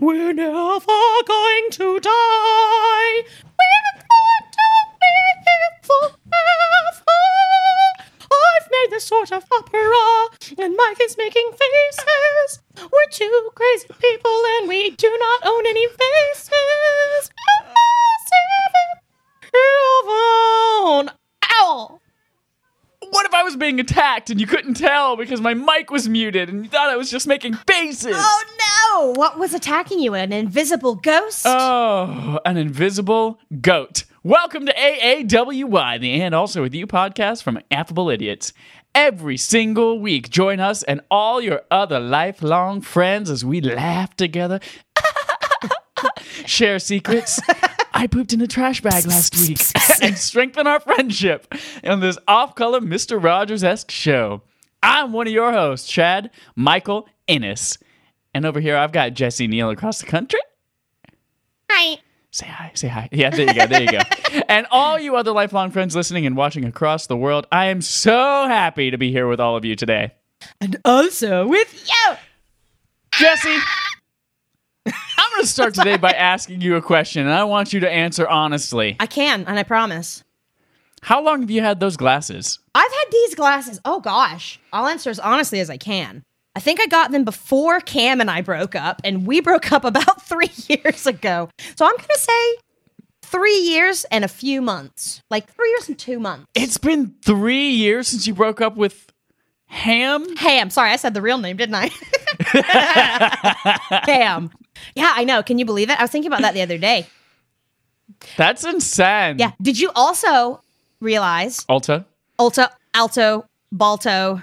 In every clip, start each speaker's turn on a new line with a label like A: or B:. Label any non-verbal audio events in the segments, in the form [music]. A: We're never going to die. We're going to live forever. I've made this sort of opera, and Mike is making faces. We're two crazy people, and we do not own any faces. Ow!
B: What if I was being attacked and you couldn't tell because my mic was muted and you thought I was just making faces?
C: Oh no! What was attacking you? An invisible ghost?
B: Oh, an invisible goat. Welcome to AAWY, the And Also With You podcast from Affable Idiots. Every single week, join us and all your other lifelong friends as we laugh together, [laughs] share secrets. I pooped in a trash bag last week [laughs] and strengthen our friendship on this off color Mr. Rogers esque show. I'm one of your hosts, Chad Michael Innes. And over here, I've got Jesse Neal across the country.
C: Hi.
B: Say hi, say hi. Yeah, there you go, there
C: [laughs]
B: you go. and all you other lifelong friends listening and watching across the world, I am so happy to be here with all of you today.
C: And also with you!
B: Jesse,
C: [laughs]
B: I'm going to start today by asking you a question, and I want you to answer honestly.
C: I can, and I promise.
B: How long have you had those glasses?
C: I've had these glasses. Oh gosh. I'll answer as honestly as I can. I think I got them before Cam and I broke up, and we [laughs] broke up about three years ago. So I'm going to say three years and a few months. Like three years and two months.
B: It's been three years since you broke up with Ham.
C: Hey, I'm sorry. I said the real name, didn't I? [laughs] Cam. Yeah, I know. Can you believe it? I was thinking about that the other day.
B: That's insane.
C: Yeah. Did you also realize
B: Alta,
C: Ulta, Alto, Balto,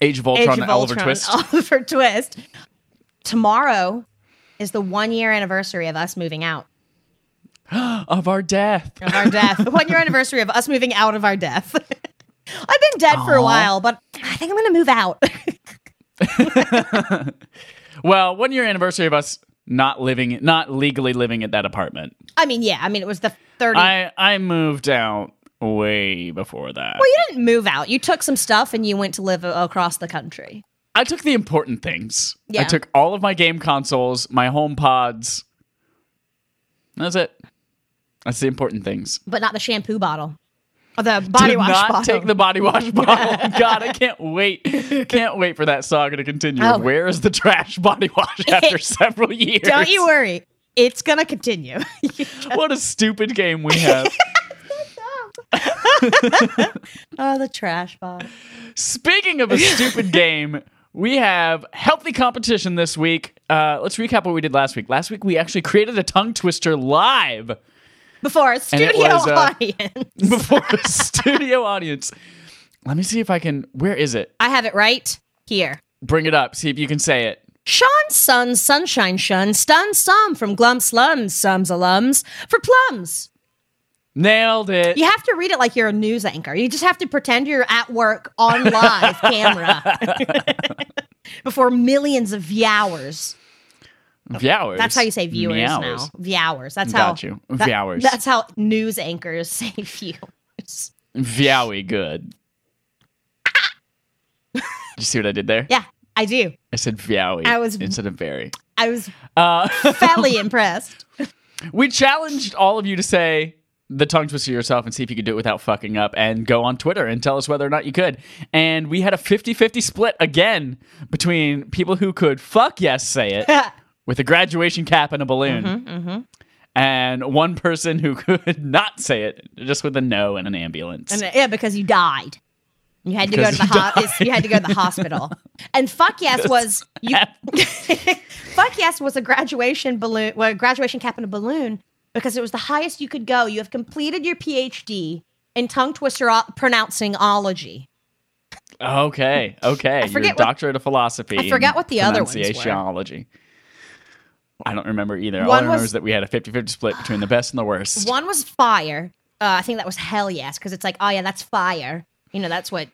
B: Age of Ultron,
C: Age Oh. of
B: and Oliver
C: Ultron,
B: Twist.
C: [laughs] Oliver Twist. Tomorrow is the one year anniversary of us moving out
B: of our death.
C: of our death.
B: [laughs]
C: the one year anniversary of us moving out of our death. [laughs] I've been dead for a while, but I think I'm going to move out. [laughs]
B: Well, one year anniversary of us not living, not legally living at that apartment.
C: I mean, yeah, I mean, it was the 30.
B: I I moved out way before that.
C: well, you didn't move out. You took some stuff and you went to live a- across the country.
B: I took the important things. I
C: Yeah.
B: took all of my game consoles, my home pods. That's it. That's the important things.
C: But not the shampoo bottle. Or the body
B: Did
C: wash
B: not
C: bottle.
B: take the
C: [laughs]
B: body wash bottle. God, I can't wait. Can't wait for that saga to continue.
C: Oh.
B: Where is the trash body
C: [laughs]
B: wash after several years?
C: Don't you worry. It's going to continue. [laughs]
B: What a stupid game we have.
C: oh, the trash bottle.
B: Speaking of a
C: [laughs]
B: stupid game, we have healthy competition this week. Uh, let's recap what we did last week. Last week we actually created a tongue twister live
C: [laughs] Before a
B: And it
C: studio
B: was, uh,
C: audience.
B: before the studio audience. Let me see if I can. Where is it?
C: I have it right here.
B: Bring it up. See if you can say it.
C: Sean Sun Sunshine Shun Stun Some from Glum Slums Sums Alums for Plums.
B: Nailed it.
C: You have to read it like you're a news anchor. You just have to pretend you're at work on
B: [laughs]
C: live camera [laughs] before millions of viewers.
B: Viewers.
C: That's how you say viewers
B: Meowers.
C: now. Viewers. That's how.
B: Got you. Viewers.
C: That's how news anchors [laughs] say viewers. [laughs]
B: Viowy good. Did you see what I did there?
C: Yeah, I do.
B: I said Viowy
C: I was-
B: instead of very.
C: I was
B: Uh, [laughs]
C: fairly impressed.
B: We challenged all of you to say the tongue twister yourself and see if you could do it without fucking up and go on Twitter and tell us whether or not you could. And we had a 50 50 split again between people who could fuck yes say it
C: [laughs]
B: with a graduation cap and a balloon.
C: Mm-hmm,
B: And one person who [laughs] could not say it, just with a no and an ambulance.
C: And, uh, yeah, because you died. You had to
B: Because
C: go to the
B: you
C: hospital. You had to go to the hospital.
B: [laughs]
C: And fuck yes was you. [laughs] fuck yes was a graduation balloon, well, a graduation cap and a balloon because it was the highest you could go. You have completed your PhD in tongue twister o- pronouncing ology.
B: okay, okay. Your
C: forget what-
B: doctorate of philosophy.
C: I forgot
B: and
C: what the other ones were.
B: pronunciationology. I don't remember either. All I
C: One
B: remember
C: was-
B: is that we had a 50 50 split between the best and the worst.
C: One was fire. Uh, I think that was hell yes because it's like oh yeah that's fire. You know that's what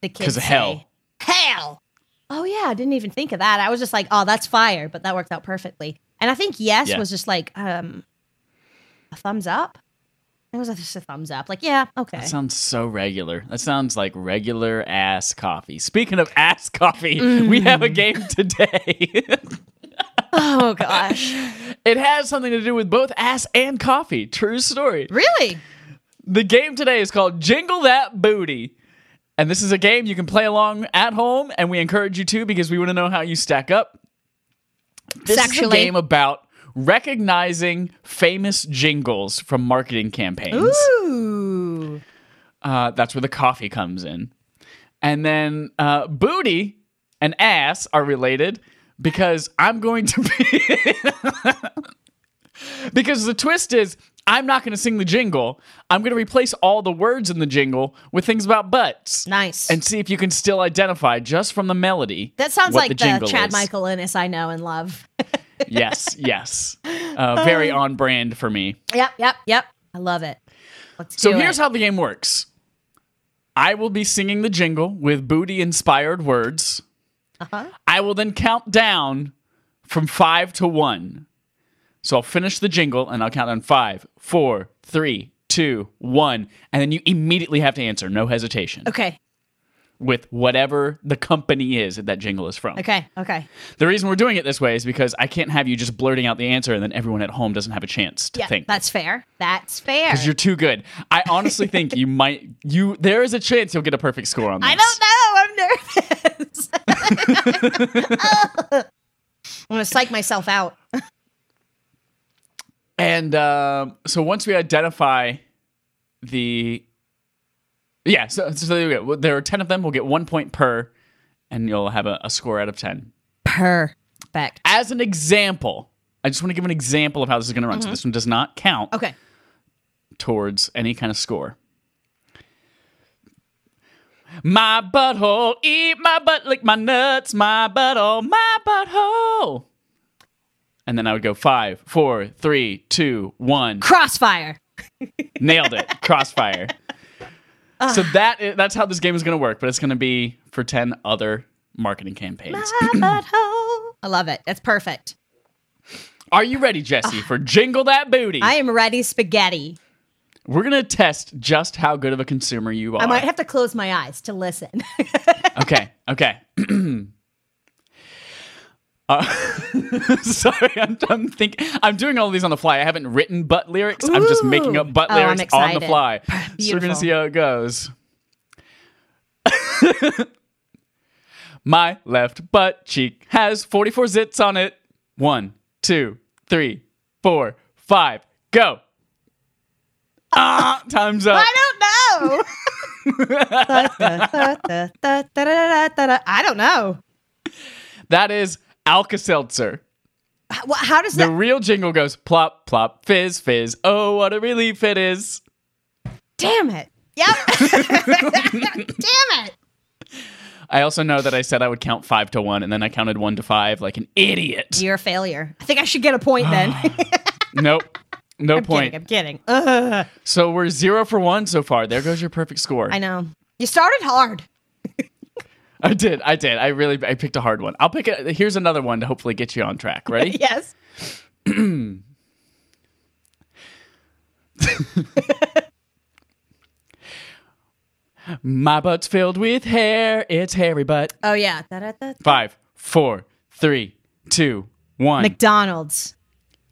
C: the kids
B: 'Cause of hell.
C: say. Hell. Oh yeah, I didn't even think of that. I was just like oh that's fire, but that worked out perfectly. And I think yes
B: Yeah.
C: was just like um a thumbs up. It was just a thumbs up. Like yeah okay.
B: That sounds so regular. That sounds like regular
C: Mm.
B: [laughs] ass coffee. Speaking of ass coffee, we have a game today.
C: Oh
B: [laughs]
C: gosh.
B: It has something to do with both ass and coffee. True story.
C: Really?
B: The game today is called Jingle That Booty. And this is a game you can play along at home, and we encourage you to because we want to know how you stack up. This is a
C: Sexually.
B: game about recognizing famous jingles from marketing campaigns.
C: Ooh.
B: Uh, that's where the coffee comes in. And then uh, booty and ass are related because I'm going to be. [laughs] because the twist is, I'm not going to sing the jingle. I'm going to replace all the words in the jingle with things about butts.
C: Nice.
B: And see if you can still identify just from the melody.
C: that sounds
B: what
C: like the,
B: jingle
C: Chad
B: is.
C: Michael Ennis I know and love.
B: yes,
C: [laughs]
B: yes. Uh, very on brand for me.
C: yep, yep, yep. I love it. Let's
B: So
C: do
B: here's
C: it.
B: how the game works. I will be singing the jingle with booty inspired words.
C: Uh-huh.
B: I will then count down from five to one. So I'll finish the jingle and I'll count on five, four, three, two, one. And then you immediately have to answer, no hesitation,
C: okay.
B: with whatever the company is that that jingle is from.
C: Okay. Okay.
B: The reason we're doing it this way is because I can't have you just blurting out the answer and then everyone at home doesn't have a chance to
C: Yeah.
B: think.
C: That's fair. That's fair.
B: Because you're too good. I honestly think
C: [laughs]
B: you might. You there is a chance you'll get a perfect score on this.
C: I don't know. I'm nervous. [laughs] I'm gonna psych myself out.
B: And um so once we identify the, yeah. So, so there, we go. Well, there are ten of them. We'll get one point per, and you'll have a, a score out of ten.
C: Perfect.
B: As an example, I just want to give an example of how this is going to run. So
C: Mm-hmm.
B: this one does not count
C: Okay.
B: towards any kind of score. My butthole, eat my butt, lick my nuts, my butthole, my butthole. And then I would go five, four, three, two, one. [clears throat]
C: Crossfire.
B: Nailed it.
C: [laughs]
B: Crossfire. so
C: Ah.
B: that is, that's how this game is going to work, but it's going to be for 10 other marketing campaigns.
C: I love it. That's perfect.
B: Are you ready, Jesse, for Jingle That Booty?
C: Ah. I am ready, spaghetti.
B: We're going to test just how good of a consumer you are.
C: I might have to close my eyes to listen. [laughs]
B: Okay. Okay. [clears throat] uh, [laughs] sorry, I'm, I'm think I'm doing all these on the fly. I haven't written butt lyrics. I'm just making up butt
C: Ooh. Oh, I'm
B: lyrics on the
C: excited.
B: fly. So we're gonna
C: [laughs] Beautiful.
B: see how it goes. [laughs] My left butt cheek has 44 zits on it. One, two, three, four, five. Go. Ah, time's up.
C: I don't know. [laughs] I don't know.
B: That is Alka Seltzer.
C: How, wha- how does
B: The
C: that?
B: real jingle goes plop, plop, fizz, fizz. Oh, what a relief it is.
C: Damn it. Yep. [laughs] Damn it.
B: I also know that I said I would count five to one, and then I counted one to five like an idiot.
C: You're a failure. I think I should get a point
B: [gasps]
C: then. [laughs]
B: Nope. No point.
C: Kidding, I'm kidding. Ugh,
B: So we're zero for one so far. There goes your perfect score.
C: I know. You started hard. [laughs]
B: I did. I did. I really I picked a hard one. I'll pick a here's another one to hopefully get you on
C: [laughs]
B: track. Ready?
C: Yes.
B: My butt's filled with hair. It's hairy butt.
C: Oh yeah. Da-da-da.
B: Five, four, three, two, one.
C: McDonald's.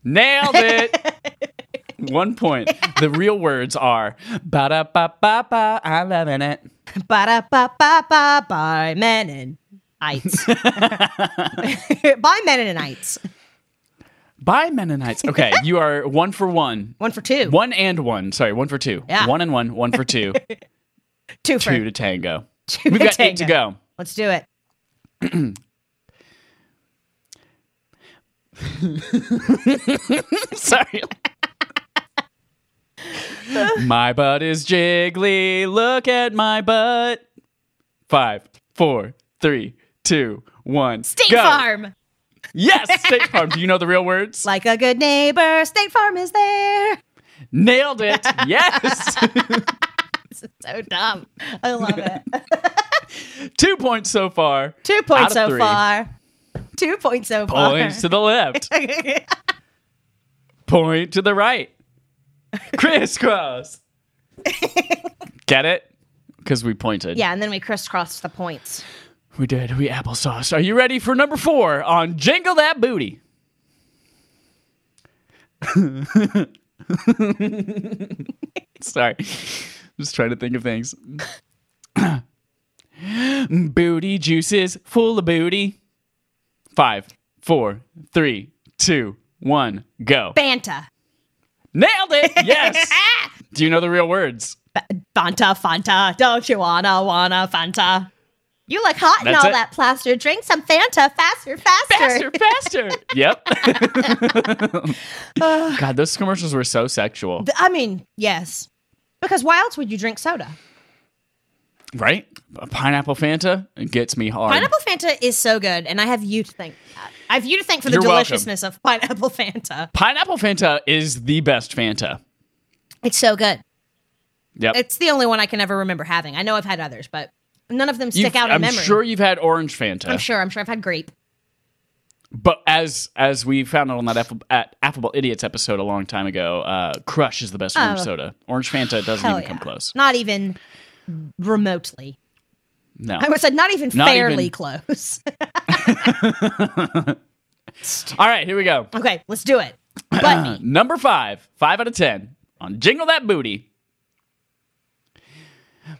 B: Nailed it.
C: [laughs]
B: One point. The real words are ba da ba ba ba. I'm loving it.
C: Ba ba ba ba by Menon.
B: [laughs]
C: Ites. [laughs] by Mennonites.
B: Bye, Mennonites. Okay, you are one for one.
C: One for two.
B: One and one. Sorry, one for two.
C: Yeah.
B: One and one. One for two.
C: two [laughs] for
B: two to tango.
C: [laughs] Two
B: We've
C: to
B: got eight to
C: tango.
B: go.
C: Let's do it.
B: [laughs] Sorry. my butt is jiggly. Look at my butt. Five, four, three, two, one.
C: State
B: go.
C: Farm.
B: Yes, State Farm. Do you know the real
C: [laughs]
B: words?
C: Like a good neighbor, State Farm is there.
B: Nailed it. Yes.
C: This is [laughs] so dumb. I love
B: [laughs]
C: it.
B: Two points so far.
C: Two
B: Out
C: points
B: of
C: so
B: three.
C: far. Two points so
B: Points to the left.
C: far.
B: Point to the right. Crisscross. Get it? Because we
C: [laughs]
B: pointed.
C: yeah, and then we crisscross the points.
B: We did. We applesauce. Are you ready for number four on Jingle That Booty? [laughs] Sorry. Just trying to think of things. [clears throat] booty juices full of booty. Five, four, three, two, one, go.
C: [laughs] Banta.
B: Nailed [laughs] it! Yes! Do you know the real words?
C: Fanta, Fanta. Don't you wanna, wanna, Fanta? You look hot and
B: That's
C: all
B: it.
C: that plaster. Drink some Fanta faster, faster.
B: [laughs] Faster, faster! [laughs] yep. God, those commercials were so sexual,
C: Th- I mean, yes. Because why else would you drink soda?
B: right? Pineapple Fanta it gets me hard.
C: Pineapple Fanta is so good, and I have you to thank. for that. I have you to thank for the
B: You're welcome.
C: deliciousness of pineapple Fanta.
B: Pineapple Fanta is the best Fanta.
C: It's so good.
B: Yep.
C: It's the only one I can ever remember having. I know I've had others, but none of them stick
B: You've-
C: out in
B: I'm
C: memory.
B: sure you've had orange Fanta.
C: I'm sure. I'm sure I've had grape.
B: But as as we found out on that Aff- at Affable Idiots episode a long time ago, uh, Crush is the best orange
C: Oh.
B: soda. Orange Fanta doesn't
C: Hell
B: even
C: yeah.
B: come close.
C: Not even remotely.
B: No.
C: I would say not even
B: Not
C: fairly
B: even-
C: close. [laughs]
B: All right, here we go.
C: okay, let's do it. But
B: Number five, five out of ten on Jingle That Booty.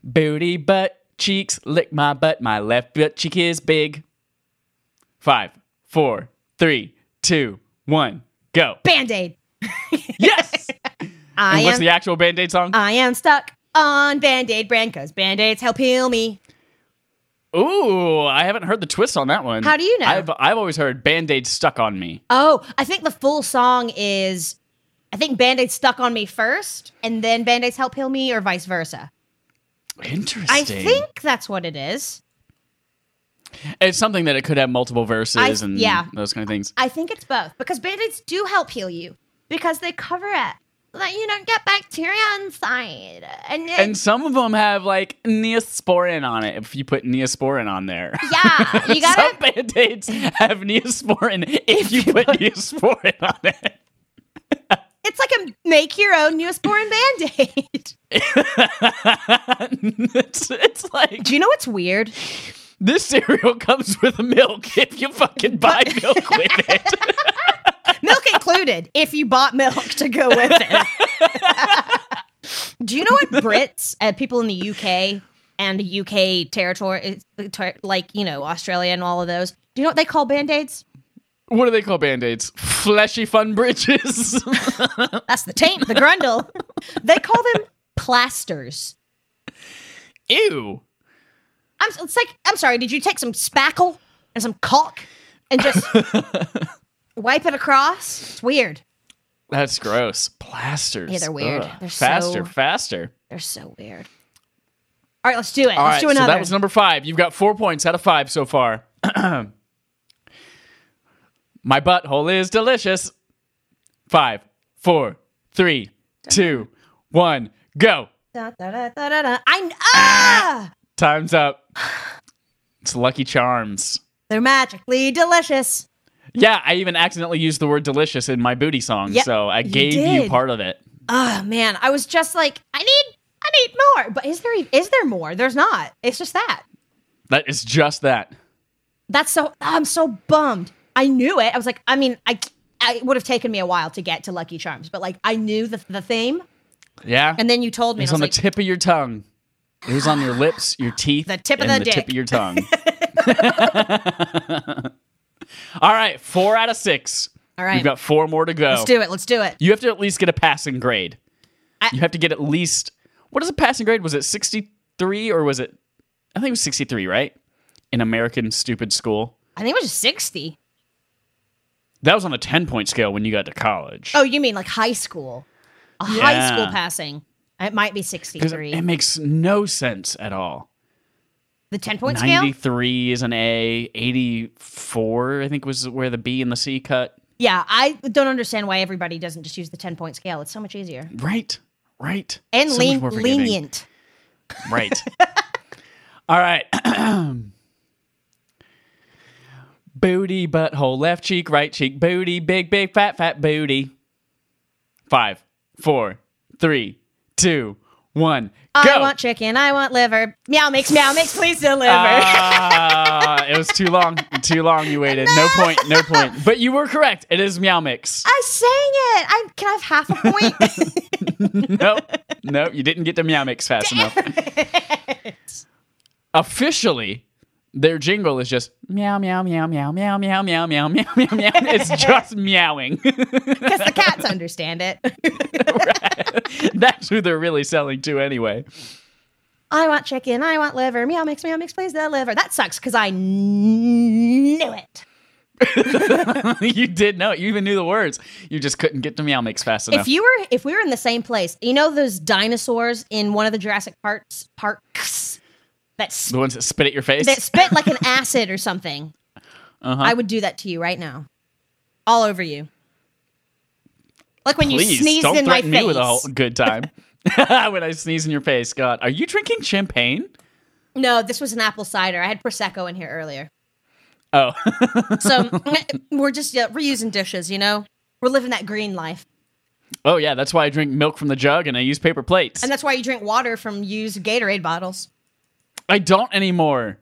B: Booty butt cheeks, lick my butt. My left butt cheek is big. Five, four, three, two, one,
C: [laughs]
B: go.
C: Band Aid.
B: Yes.
C: I
B: and what's
C: am.
B: the actual Band Aid song?
C: I am stuck on Band Aid brand because Band Aids help heal me.
B: Ooh, I haven't heard the twist on that one.
C: How do you know?
B: I've I've always heard Band Aid stuck on me.
C: Oh, I think the full song is. I think Band Aid stuck on me first, and then Band Aids help heal me, or vice versa.
B: Interesting.
C: I think that's what it is.
B: it's something that it could have multiple verses
C: I-
B: and
C: yeah.
B: those kind of things.
C: I think it's both because band-aids do help heal you because they cover it. Like you don't get bacteria inside. And, it,
B: And some of them have like neosporin on it. If you put neosporin on there,
C: yeah,
B: [laughs]
C: you
B: some
C: gotta
B: band aids have neosporin if you put neosporin on it. [laughs]
C: it's like a make your own newborn band-aid. [laughs]
B: it's, it's like
C: Do you know what's weird?
B: this cereal comes with milk if you fucking buy milk with it.
C: [laughs] Milk included, if you bought milk to go with it. Do you know what Brits and people in the UK and UK territory, ter- like you know Australia and all of those, do you know what they call band-aids?
B: What do they call band aids? Fleshy fun bridges. [laughs]
C: That's the taint, the grundle. they call them plasters.
B: Ew.
C: I'm it's like I'm sorry. Did you take some spackle and some caulk and
B: [laughs]
C: just wipe it across? It's weird.
B: That's gross. Plasters.
C: Yeah, they're weird.
B: Ugh.
C: They're
B: faster,
C: so-
B: faster.
C: They're so weird. All right, let's do it.
B: All
C: let's
B: right,
C: do
B: so
C: another.
B: that was number five. You've got four points out of five so far. [clears throat] My butthole is delicious. Five, four, three, two, one, go.
C: Da, da, da, da, da, da. I kn- ah,
B: Time's up. It's Lucky Charms.
C: they're magically delicious.
B: Yeah, I even accidentally used the word delicious in my booty song,
C: Yep,
B: so I
C: you
B: gave you
C: did.
B: part of it.
C: Oh man, I was just like, I need, I need more. But is there, e- is there more? There's not. It's just that.
B: That is just that.
C: That's so. I'm so bummed. I knew it. I was like, I mean, I, I it would have taken me a while to get to Lucky Charms, but like, I knew the the theme.
B: Yeah.
C: And then you told me,
B: It was
C: and I
B: on
C: was
B: the
C: like,
B: tip of your tongue. It was on your lips, your
C: [laughs]
B: teeth,
C: The tip of
B: and
C: the
B: tip
C: dick.
B: of
C: [laughs]
B: your tongue. [laughs] All right, four out of six.
C: All right.
B: we've got four more to go.
C: let's do it. Let's do it.
B: you have to at least get a passing grade.
C: I-
B: you have to get at least what is a passing grade? Was it sixty three or was it? I think it was sixty three, right? In American stupid school,
C: I think it was 60.
B: that was on a ten point scale when you got to college.
C: Oh, you mean like high school? A high
B: Yeah.
C: school passing. It might be
B: 'Cause
C: 63.
B: it, it makes no sense at all.
C: the 10 point scale?
B: 93 is an A. 84, I think, was where the B and the C cut.
C: Yeah, I don't understand why everybody doesn't just use the 10 point scale. It's so much easier.
B: Right. Right.
C: And
B: So much
C: lean,
B: more forgiving.
C: lenient.
B: [laughs] Right.
C: [laughs]
B: All right. [clears throat] booty, butthole, left cheek, right cheek, booty, big, big, fat, fat booty. Five, four, three, two, one, go. Uh,
C: I want chicken. I want liver. Meow makes meow makes please deliver.
B: Ah, it was too long. Too long you waited. No point, no point. But you were correct. It is Meow Mix.
C: I sang it. I can I have half a point. [laughs]
B: Nope. Nope, you didn't get to Meow Mix fast enough. Officially, their jingle is just meow meow meow meow meow meow meow meow meow meow
C: [laughs]
B: meow. It's just meowing. [laughs]
C: Because the cats understand it.
B: That's who they're really selling to anyway. [laughs]
C: I want chicken. I want liver. Meow mix. Meow mix. Please deliver. That sucks because I knew it.
B: you did know it. You even knew the words. You just couldn't get to Meow Mix fast enough.
C: If you were, if we were in the same place, you know those dinosaurs in one of the Jurassic Parks parks that
B: the
C: spit,
B: ones that spit at your face.
C: that spit like an acid or something.
B: Uh-huh.
C: I would do that to you right now, all over you. Like when you
B: Please
C: sneezed
B: don't
C: in my
B: threaten
C: face.
B: me with a whole good time. [laughs] when I sneeze in your face, God, are you drinking champagne?
C: No, this was an apple cider. I had prosecco in here earlier.
B: Oh, [laughs]
C: So [laughs] we're just yeah, reusing dishes, you know? We're living that green life.
B: oh yeah, that's why I drink milk from the jug and I use paper plates.
C: And that's why you drink water from used Gatorade bottles.
B: I don't anymore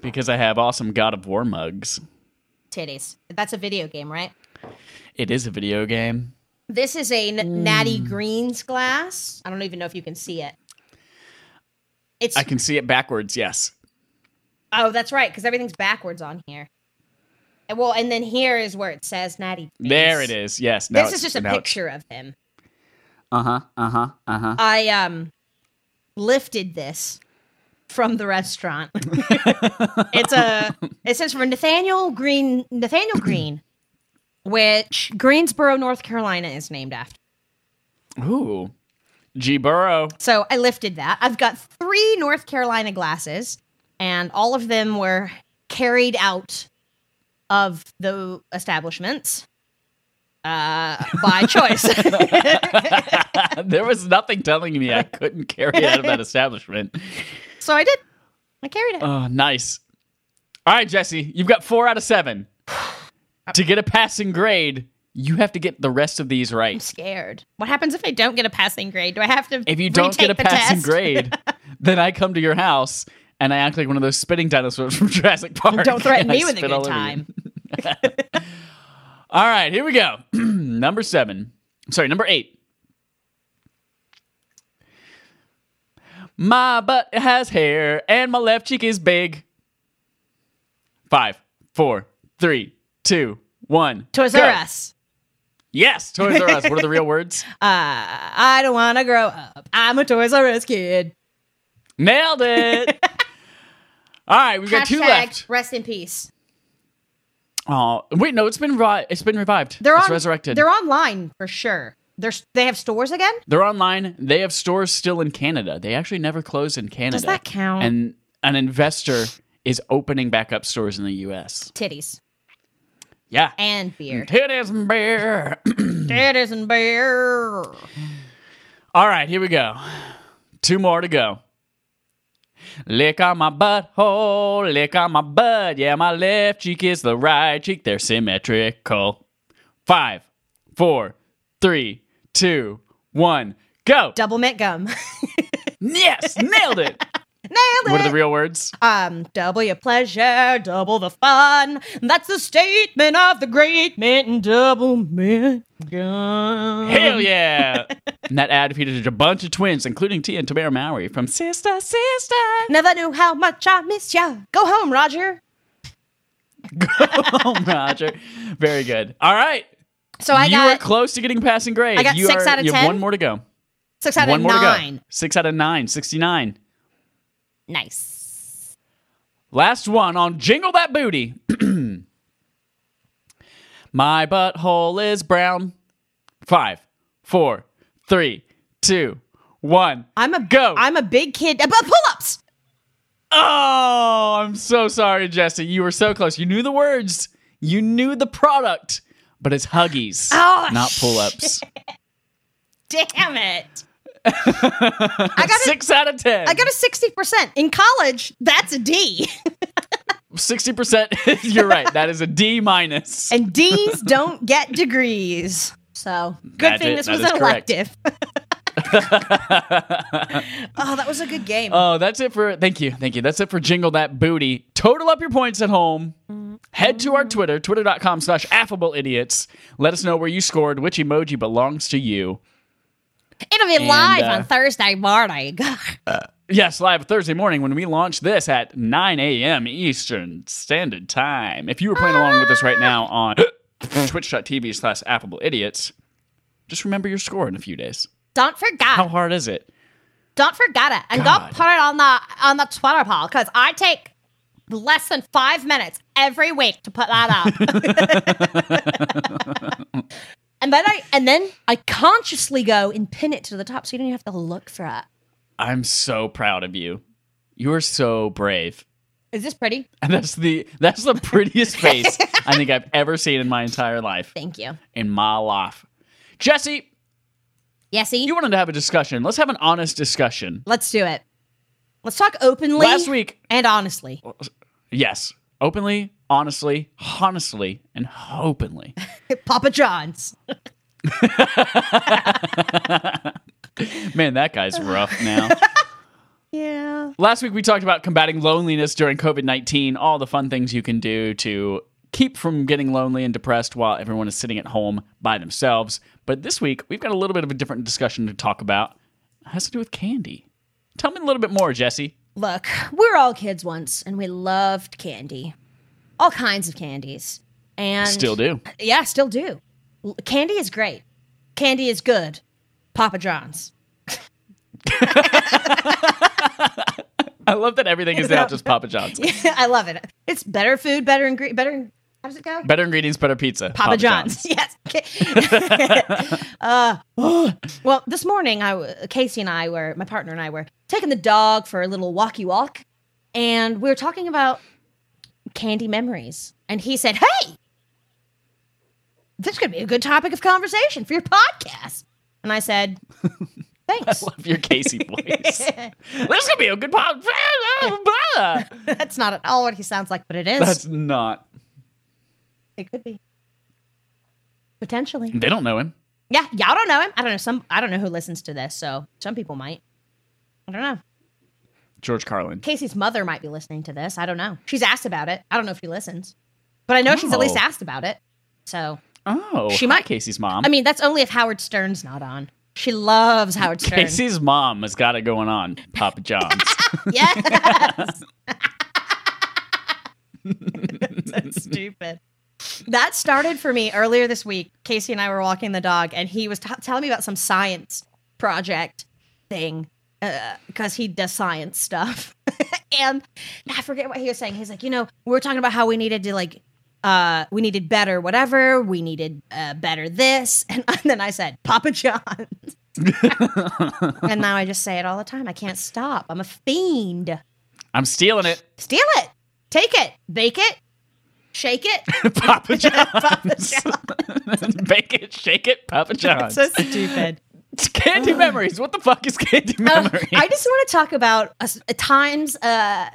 B: because I have awesome God of War mugs.
C: Titties. That's a video game, right?
B: It is a video game.
C: This is a n- Natty
B: Mm.
C: Greens glass. I don't even know if you can see it. It's
B: I can see it backwards. Yes.
C: oh, that's right, because everything's backwards on here. And, well, and then here is where it says Natty. Greens.
B: There it is. Yes. now
C: This is
B: it's-
C: just a
B: now it's-
C: picture of him.
B: Uh-huh. Uh-huh. Uh-huh.
C: I um lifted this from the
B: [laughs]
C: restaurant. it's a it says for Nathaniel Green Nathaniel Green, which Greensboro, North Carolina is named after.
B: Ooh. G Burrow. [laughs]
C: So I lifted that. I've got three North Carolina glasses, and all of them were carried out of the establishments uh,
B: [laughs]
C: by choice. [laughs]
B: there was nothing telling me I couldn't carry it out of that
C: [laughs]
B: establishment.
C: so I did. I carried it.
B: Oh, nice. All right, Jesse, you've got four out of seven. [sighs] to get a passing grade, you have to get the rest of these
C: I'm
B: right.
C: scared. What happens if I don't get a passing grade? Do I have to?
B: If you don't
C: retake
B: get a
C: the
B: passing
C: test? [laughs]
B: grade, then I come to your house and I act like one of those spitting dinosaurs [laughs] from Jurassic Park. [laughs]
C: don't threaten
B: and I
C: me with a
B: spit
C: good
B: all over you.
C: time.
B: [laughs] All right, here we go. [clears throat] number seven. Sorry, number eight. My butt has hair and my left cheek is big. Five, four, three, two, one.
C: Toys
B: go.
C: R Us.
B: Yes, Toys R Us. What are the real
C: [laughs]
B: words?
C: I don't want to grow up. I'm a Toys R Us kid.
B: Nailed
C: [laughs]
B: it. All right, we've got two
C: Hashtag
B: left.
C: Rest in peace.
B: Oh, wait, no, it's been ri- it's been revived.
C: They're
B: it's
C: on,
B: resurrected.
C: They're online for sure. They're, they have stores again.
B: They're online. They have stores still in Canada. They actually never closed in Canada.
C: that count?
B: And an investor is opening back up stores in the U.S.
C: Titties
B: Yeah.
C: and beer.
B: Titties and beer.
C: Titties and beer.
B: All right, here we go. Two more to go. Lick on my butthole, lick on my butt. Yeah, my left cheek is the right cheek. They're symmetrical. Five, four, three, two, one, go.
C: Double mint gum. [laughs] Nailed
B: Yes, nailed it.
C: it.
B: [laughs] What are the real words?
C: um, double your pleasure, double the fun. That's the statement of the great mint and double mint gum.
B: Hell yeah! [laughs] and that ad featured a bunch of twins, including Tia and Tamara Maori from
C: [laughs]
B: Sister Sister.
C: Never knew how much I missed ya. Go home, Roger.
B: oh, Roger. Very good. All right.
C: So I
B: you are
C: got
B: close to getting passing grade.
C: I got
B: you
C: six
B: are,
C: out of
B: You have
C: 10?
B: one more to go.
C: six out
B: one
C: of
B: more
C: nine.
B: to go. Six out of nine. 69.
C: Nice.
B: Last one on Jingle That Booty. [clears throat] My butthole is brown. Five, four, three, two, one.
C: I'm a
B: Go.
C: I'm a big kid. Uh, but pull-ups.
B: Oh, I'm so sorry, Jesse. You were so close. You knew the words. You knew the product, but it's Huggies,
C: Oh,
B: not pull-ups.
C: Damn
B: [laughs]
C: it. [laughs] I got a,
B: Six out of ten.
C: I got a sixty percent in college. That's a D.
B: sixty percent. [laughs] You're right. That is a D minus.
C: and
B: [laughs]
C: D's don't get degrees. So good
B: That's
C: thing
B: it.
C: this
B: That
C: was
B: is
C: an
B: correct.
C: elective. [laughs] Oh, that was a good game.
B: Oh, that's it for thank you, thank you. That's it for jingle that booty. Total up your points at home. Head to our Twitter, twitter.com slash affable idiots. Let us know where you scored, which emoji belongs to you.
C: It'll be
B: and,
C: live
B: uh,
C: on Thursday morning. [laughs]
B: Yes, live Thursday morning when we launch this at 9 a.m. Eastern Standard Time. If you were playing along with us right now on twitch.tv slash affable idiots, just remember your score in a few days.
C: Don't forget.
B: How hard is it?
C: Don't forget it, and
B: God.
C: don't put it on the on the Twitter poll because I take less than five minutes every week to put that up.
B: [laughs]
C: and then I and then I consciously go and pin it to the top, so you don't even have to look for it.
B: I'm so proud of you. You are so brave. [laughs]
C: Is this pretty?
B: And that's the that's the prettiest face I think I've ever seen in my entire life.
C: Thank you.
B: In my life. Jesse,
C: Yesy,
B: you wanted to have a discussion. Let's have an honest discussion.
C: let's do it. Let's talk openly
B: Last week,
C: and honestly.
B: yes. Openly, honestly, honestly, and openly.
C: Papa John's.
B: Man, that guy's rough now.
C: Yeah.
B: Last week we talked about combating loneliness during COVID 19, all the fun things you can do to keep from getting lonely and depressed while everyone is sitting at home by themselves. But this week we've got a little bit of a different discussion to talk about. It has to do with candy. Tell me a little bit more, Jesse.
C: Look, we were all kids once, and we loved candy, all kinds of candies, and
B: Still do.
C: Yeah, still do. L- Candy is great. Candy is good. Papa John's. [laughs]
B: I love that everything is now just Papa John's.
C: [laughs] I love it. It's better food, better ingre- better. How does it go?
B: Better ingredients, better pizza. Papa,
C: Papa, John's. [laughs] Yes. Okay. [laughs] uh, well, this morning, I w- Casey and I were, my partner and I were taking the dog for a little walkie walk, and we were talking about candy memories. And he said, "Hey, this could be a good topic of conversation for your podcast." And I said,
B: [laughs]
C: "Thanks."
B: Love your Casey voice. this is gonna be a
C: [laughs]
B: good pop.
C: That's not at all what he sounds like, but it is.
B: That's not.
C: it could be. Potentially.
B: They don't know him.
C: Yeah, y'all don't know him. I don't know some I don't know who listens to this, so some people might. I don't know.
B: George Carlin.
C: Casey's mother might be listening to this. I don't know. She's asked about it. I don't know if she listens. But I know she's at least
B: Oh.
C: asked about it. So
B: Oh,
C: She
B: hi,
C: might-
B: Casey's mom.
C: I mean that's only if Howard Stern's not on. She loves Howard Stern.
B: Casey's mom has got it going on, Papa John's.
C: Yes. [laughs] That's stupid. That started for me earlier this week. Casey and I were walking the dog, and he was t- telling me about some science project thing because he does science stuff. [laughs] and I forget what he was saying. He's like, you know, we were talking about how we needed to like, uh, we needed better whatever, we needed uh, better this, [laughs] and, then I said Papa John. and now I just say it all the time. I can't stop. I'm a fiend.
B: I'm stealing it, [laughs]
C: Steal it, take it, bake it, shake it. [laughs]
B: Papa
C: Papa
B: John's.
C: John.
B: [laughs] Bake it, shake it, Papa John's.
C: so stupid.
B: It's candy memories. What the fuck is candy [laughs]
C: Um,
B: memories?
C: I just want to talk about uh, s- times. Uh,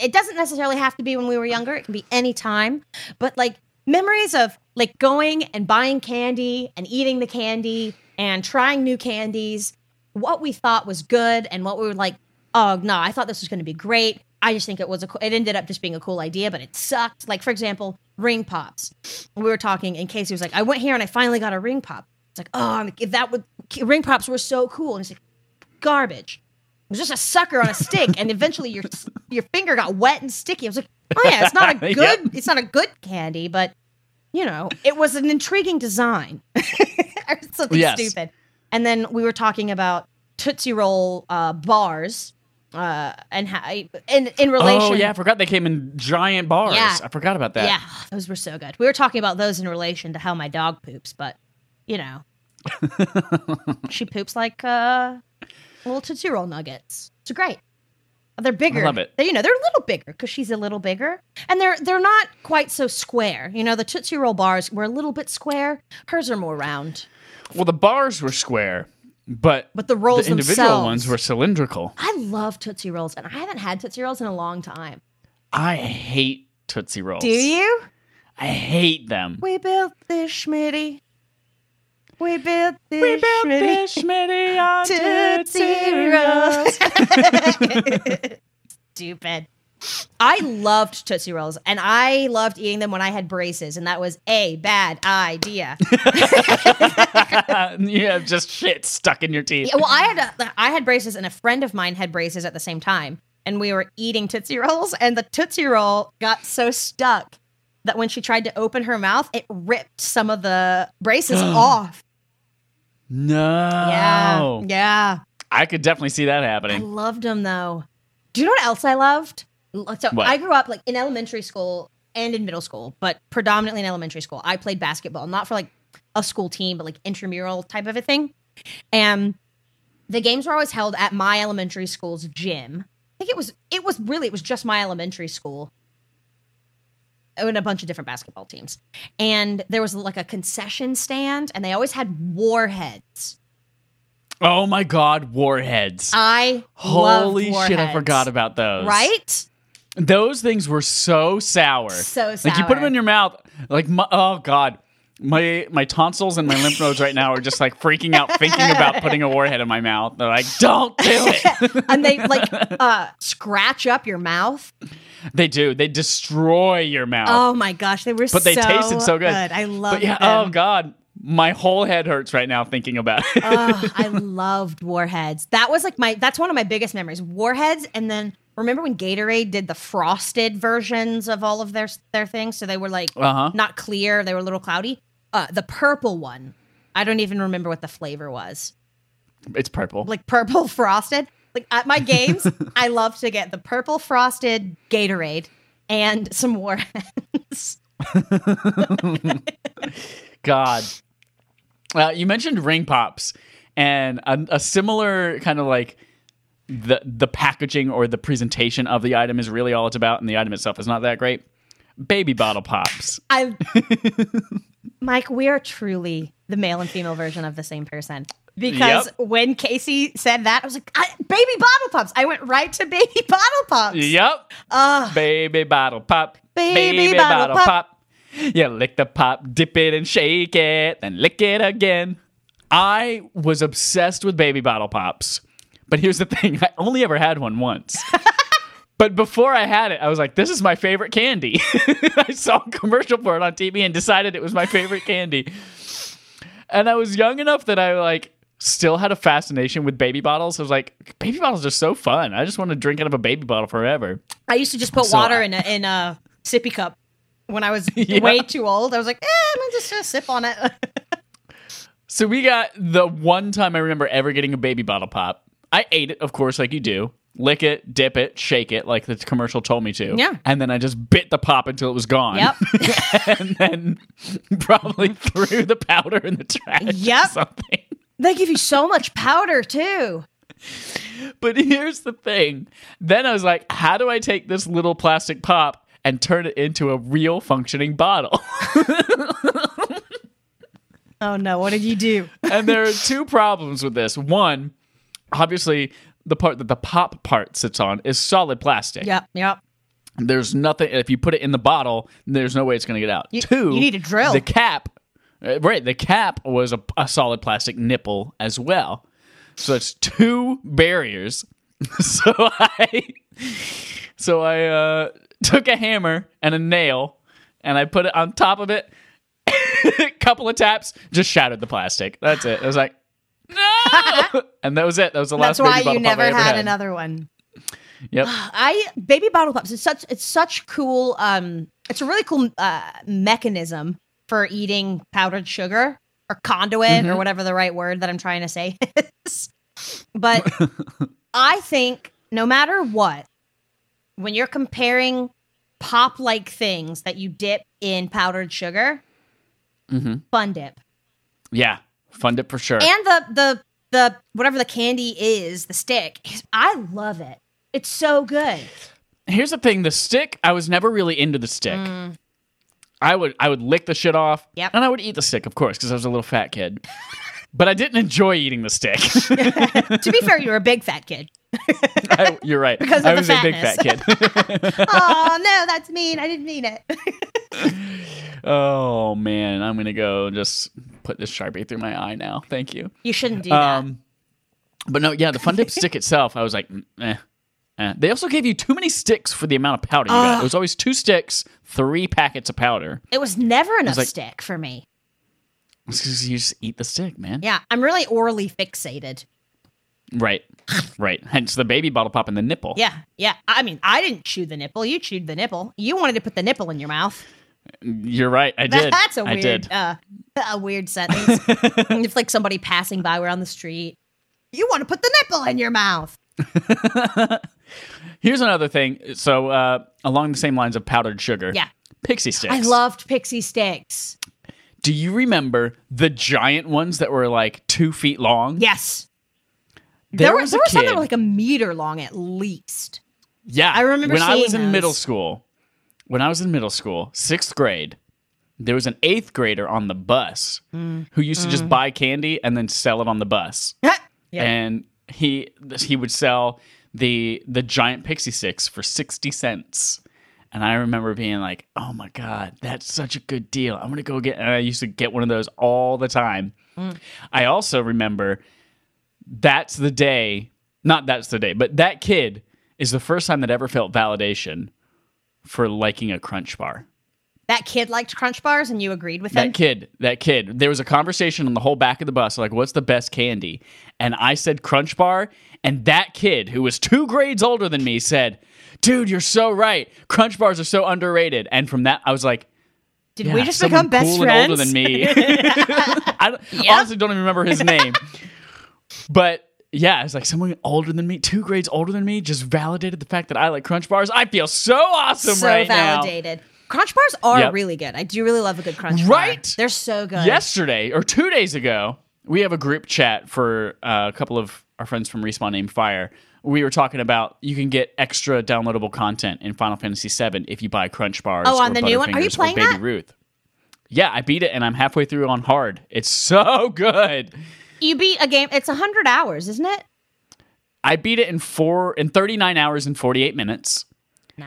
C: it doesn't necessarily have to be when we were younger. It can be any time. But like memories of like going and buying candy and eating the candy and trying new candies, what we thought was good and what we were like, oh no, I thought this was going to be great. I just think it was a. co- It ended up just being a cool idea, but it sucked. Like for example, ring pops. We were talking, and Casey was like, "I went here and I finally got a ring pop." It's like, oh, if that would ring pops were so cool. And he's like, garbage. It was just a sucker on a stick, and eventually your your finger got wet and sticky. I was like, oh yeah, it's
B: [laughs]
C: not a good,
B: Yep.
C: it's not a good candy, but you know, it was an intriguing design. [laughs] Or Something
B: Yes.
C: stupid. And then we were talking about Tootsie Roll uh, bars, uh, and how in in relation.
B: oh, yeah, I forgot they came in giant bars.
C: Yeah.
B: I forgot about that.
C: Yeah, those were so good. We were talking about those in relation to how my dog poops, but you
B: [laughs]
C: know, she poops like uh, little tootsie roll nuggets. It's great. They're bigger.
B: love it.
C: They, you know, they're a little bigger because she's a little bigger, and they're they're not quite so square. You know, the tootsie roll bars were a little bit square. Hers are more round,
B: Well, the bars were square, but,
C: but the rolls
B: the individual
C: themselves.
B: ones were cylindrical.
C: I love tootsie rolls, and I haven't had tootsie rolls in a long time.
B: I hate Tootsie Rolls.
C: Do you?
B: I hate them.
C: We built this schmitty. We built this.
B: We built
C: shitty-
B: this schmitty on
C: Tootsie Rolls. [laughs] Stupid. I loved Tootsie Rolls and I loved eating them when I had braces, and that was a bad [laughs] idea.
B: you have Uh, just shit stuck in your teeth.
C: Yeah, well, I had a, I had braces, and a friend of mine had braces at the same time, and we were eating tootsie rolls, and the tootsie roll got so stuck that when she tried to open her mouth, it ripped some of the braces [gasps] off.
B: No.
C: Yeah, yeah.
B: I could definitely see that
C: I
B: happening.
C: loved them though. Do you know what else I loved? L- So
B: What?
C: I grew up like in elementary school and in middle school, but predominantly in elementary school. I played basketball, not for like a school team, but like intramural type of a thing. And the games were always held at my elementary school's gym. I think it was it was really it was just my elementary school and a bunch of different basketball teams. And there was like a concession stand and they always had warheads.
B: Oh my god, warheads.
C: I
B: Holy
C: loved
B: shit, I
C: warheads.
B: forgot about those.
C: Right?
B: Those things were so sour.
C: So
B: Like you put them
C: sour.
B: in your mouth. Like my, oh god, my my tonsils and my lymph nodes right now are just like freaking out thinking about putting a warhead in my mouth. They're like, don't do it.
C: and
B: [laughs]
C: they like uh scratch up your mouth.
B: they do. They destroy your mouth.
C: Oh my gosh, they were
B: but they tasted so good.
C: I love
B: But yeah,
C: them.
B: oh god, my whole head hurts right now thinking about it.
C: Ugh, I loved warheads. That was like my that's one of my biggest memories. Warheads and then remember when Gatorade did the frosted versions of all of their their things so they were like
B: Uh-huh.
C: not clear, they were a little cloudy. Uh the purple one. I don't even remember what the flavor was.
B: [laughs] it's purple.
C: Like purple [laughs] frosted. Like at my
B: [laughs]
C: games, I love to get the purple frosted Gatorade and some warheads.
B: God. Uh, you mentioned ring pops and a, a similar kind of like the the packaging or the presentation of the item is really all it's about, and the item itself is not that great. Baby bottle pops. [laughs]
C: I, Mike, we are truly the male and female version of the same person. Because
B: Yep.
C: when Casey said that, I was like, I, "Baby bottle pops!" I went right to baby [laughs] bottle pops.
B: Yep. Baby bottle pop.
C: Baby bottle pop.
B: Yeah, lick the pop, dip it and shake it, then lick it again. I was obsessed with baby bottle pops. But here's the thing I only ever had
C: [laughs]
B: one once. but before I had it, I was like, this is my favorite candy. [laughs] I saw a commercial for it on TV and decided it was my favorite candy. And I was young enough that I like still had a fascination with baby bottles. I was like, baby bottles are so fun. I just want to drink out of a baby bottle forever.
C: I used to just put
B: So
C: water
B: I-
C: in a in a sippy cup when I was
B: [laughs] Yeah.
C: way too old. I was like, eh, "I'm gonna just uh, sip on it."
B: [laughs] So we got the one time I remember ever getting a baby bottle pop. I ate it, of course, like you do. Lick it, dip it, shake it, like the commercial told me to.
C: Yeah.
B: And then I just bit the pop until it was gone.
C: Yep.
B: [laughs] and then [laughs] probably threw the powder in the trash. or
C: Yep.
B: something.
C: they give you so much powder too.
B: But here's the thing. Then I was like, how do I take this little plastic pop and turn it into a real functioning bottle? [laughs]
C: Oh no! What did you do?
B: and there are two problems with this. One, obviously, the part that the pop part sits on is solid plastic.
C: yep, yep.
B: There's nothing. If you put it in the bottle, there's no way it's going to get out.
C: You-
B: Two,
C: you need a drill.
B: The cap, uh, right? The cap was a, a solid plastic nipple as well. So it's two barriers. [laughs] so I, so I uh, took a hammer and a nail, and I put it on top of it. [laughs] a couple of taps, just shattered the plastic. That's it. I
C: [laughs]
B: was like, no, and that was it. That was the
C: That's
B: last. baby
C: why
B: bottle
C: you
B: pop
C: never
B: I ever
C: had
B: had
C: another one.
B: Yep.
C: I baby bottle pops. It's such it's such cool. Um, it's a really cool uh, mechanism for eating powdered sugar or conduit or whatever the right word that I'm trying to say [laughs] is. But I think no matter what, when you're comparing pop like things that you dip in powdered sugar, fun dip
B: Yeah, fund it for sure.
C: and the the the whatever the candy is, the stick. is- I love it. It's so good.
B: Here's the thing: the stick. I was never really into the stick. I would I would lick the shit off,
C: Yep.
B: and I would eat the stick, of course, because I was a little fat kid. but I didn't enjoy eating the stick. [laughs]
C: to be fair, you're a big fat [laughs] kid.
B: I- you're right.
C: Because of
B: I
C: the
B: was a big fat kid. [laughs]
C: oh no, that's mean. I didn't mean it.
B: oh man, I'm gonna go just put this sharpie through my eye now. Thank you.
C: You shouldn't do that.
B: Um, but no, yeah, the fun
C: [laughs]
B: dip stick itself, I was like, mm, eh. eh. They also gave you too many sticks for the amount of powder you got. It was always two sticks, three packets of powder.
C: It was never enough
B: like-
C: stick for me.
B: It's 'cause You just eat the stick, man.
C: Yeah, I'm really orally fixated.
B: Right. Right. Hence the baby bottle pop and the nipple.
C: Yeah, yeah. I mean, I didn't chew the nipple. You chewed the nipple. You wanted to put the nipple in your mouth.
B: You're right.
C: [laughs]
B: I [laughs] did.
C: That's a
B: I
C: weird,
B: did.
C: uh, a weird sentence.
B: [laughs]
C: if like somebody passing by, we're on the street. You want to put the nipple in your mouth?
B: Here's another thing. So uh, along the same lines of powdered sugar.
C: Yeah.
B: Pixie sticks.
C: I loved pixie sticks.
B: Do you remember the giant ones that were like two feet long?
C: Yes,
B: There,
C: were
B: was
C: there
B: a
C: were
B: kid.
C: some that were like a meter long at least.
B: Yeah,
C: I remember
B: when I
C: seeing
B: was in middle
C: those.
B: school. When I was in middle school, sixth grade, there was an eighth grader on the bus who used to just buy candy and then sell it on the bus.
C: Mm. [laughs] yeah.
B: And he this- he would sell the the giant pixie sticks for sixty cents. And I remember being like, "Oh my god, that's such a good deal! I'm gonna go get." And I used to get one of those all the time.
C: Mm.
B: I also remember that's the day, not that's the day, but that kid is the first time that ever felt validation for liking a crunch bar.
C: That kid liked Crunch Bars, and you agreed with him.
B: That kid, that kid, there was a conversation on the whole back of the bus, like, what's the best candy? And I said Crunch Bar. And that kid, who was two grades older than me, said, Dude, you're so right. Crunch bars are so underrated. And from that, I was like,
C: Did
B: yeah,
C: we just
B: someone
C: become best
B: cool
C: friends?
B: And older than me.
C: [laughs]
B: I don't- honestly don't even remember his name. but yeah, it's like someone older than me, two grades older than me, just validated the fact that I like Crunch bars. I feel so awesome
C: so
B: right now.
C: validated. Crunch bars are
B: Yep.
C: really good. I do really love a good crunch bar.
B: Right?
C: They're so good.
B: yesterday or two days ago, we have a group chat for uh, a couple of our friends from Respawn named Fire. We were talking about you can get extra downloadable content in Final Fantasy VII if you buy Crunch Bars.
C: Oh, on
B: or
C: the new one? Are you
B: Butterfingers or
C: playing
B: Baby
C: that?
B: Ruth. Yeah, I beat it and I'm halfway through on hard. It's [laughs] so good.
C: You beat a game. It's 100 hours, isn't it?
B: I beat it in four in 39 hours and 48 minutes.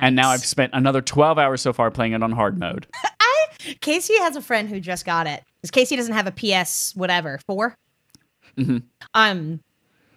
B: And now
C: Nice.
B: I've spent another 12 hours so far playing it on hard mode.
C: I Casey has a friend who just got it. Because Casey doesn't have a PS whatever 4
B: Mm-hmm.
C: Um,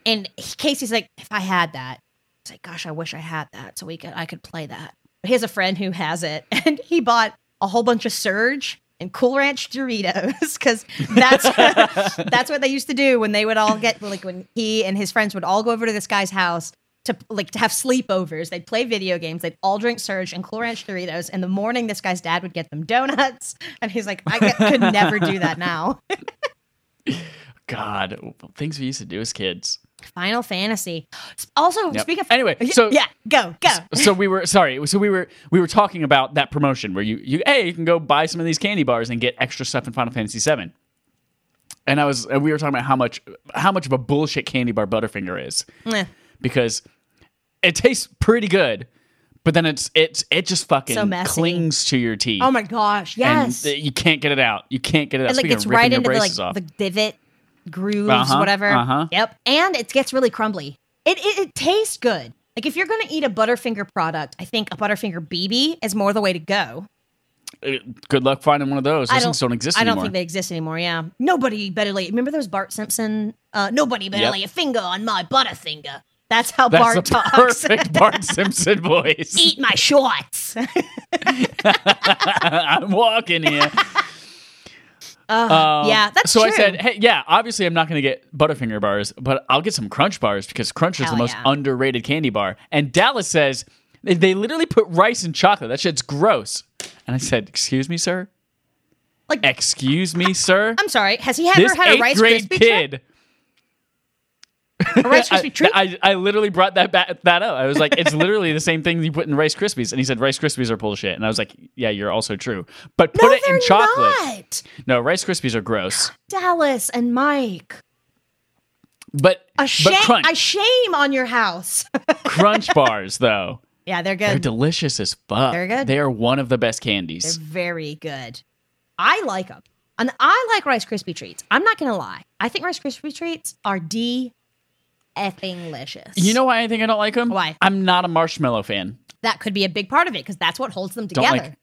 C: and he- Casey's like, if I had that, it's like, gosh, I wish I had that so we could I could play that. But he has a friend who has it, [laughs] and he bought a whole bunch of Surge and Cool Ranch Doritos [laughs] because that's
B: [laughs]
C: that's [laughs] what they used to do when they would all get like when he and his friends would all go over to this guy's house. To like to have sleepovers, they'd play video games, they'd all drink Surge and Cool Ranch Doritos. In the morning, this guy's dad would get them donuts, [laughs] and he's like, "I could never do that now." [laughs]
B: God, things we used to do as kids.
C: Final Fantasy. Also,
B: Yep.
C: speaking of [laughs]
B: Anyway, so-
C: yeah, go go.
B: so we were sorry. So we were we were talking about that promotion where you you hey you can go buy some of these candy bars and get extra stuff in Final Fantasy VII. And I was and we were talking about how much how much of a bullshit candy bar Butterfinger is
C: Meh.
B: because it tastes pretty good, but then it's it's it just fucking
C: So messy.
B: clings to your teeth.
C: [laughs] Oh my gosh,
B: And
C: yes.
B: th- you can't get it out. You can't get it out.
C: it like
B: Speaking
C: gets
B: of ripping
C: right
B: your
C: into the, like
B: braces off.
C: the divot grooves,
B: Uh-huh,
C: whatever.
B: uh-huh.
C: Yep. And it gets really crumbly. It, it it tastes good. Like if you're gonna eat a Butterfinger product, I think a Butterfinger BB is more the way to go.
B: Uh, Good luck finding one of those. Those
C: I
B: things don't exist
C: I don't
B: anymore.
C: think they exist anymore. Yeah. Nobody better lay. Remember those Bart Simpson? Uh, nobody better
B: Yep.
C: lay a finger on my Butterfinger. That's how
B: That's
C: Bart [laughs]
B: the
C: talks.
B: perfect Bart Simpson voice.
C: eat my shorts. [laughs]
B: I'm walking here. Um,
C: yeah, Uh, that's
B: so I
C: true.
B: said, hey, yeah, obviously I'm not going to get Butterfinger bars, but I'll get some Crunch bars because Crunch is the
C: Hell
B: most
C: yeah.
B: underrated candy bar. And Dallas says, they, they literally put rice in chocolate. That shit's gross. And I said, excuse me, sir?
C: Like-
B: excuse me, sir?
C: I'm sorry. Has he ever
B: this
C: had a
B: eighth
C: Rice
B: grade
C: Krispie treat?
B: kid.
C: A Rice
B: [laughs] I,
C: Krispie treat?
B: I, I literally brought that back, that up. I was like, it's literally the same thing you put in Rice Krispies. And he said, Rice Krispies are bullshit. And I was like, yeah, you're also true. But put
C: no,
B: it in
C: they're
B: chocolate.
C: not.
B: No, Rice Krispies are gross.
C: Dallas and Mike.
B: But,
C: A shame,
B: but crunch,
C: a shame on your house. [laughs]
B: crunch bars, though.
C: yeah, they're
B: They're
C: good. They're,
B: delicious as fuck.
C: They're good.
B: They are one of the best candies.
C: very good. I like them, and I like Rice Krispie treats. I'm not gonna lie. I think Rice Krispie treats are d effing delicious.
B: You know why I think I don't like them?
C: Why?
B: I'm not a marshmallow fan.
C: that could be a big part of it because that's what holds them
B: Don't
C: together.
B: like.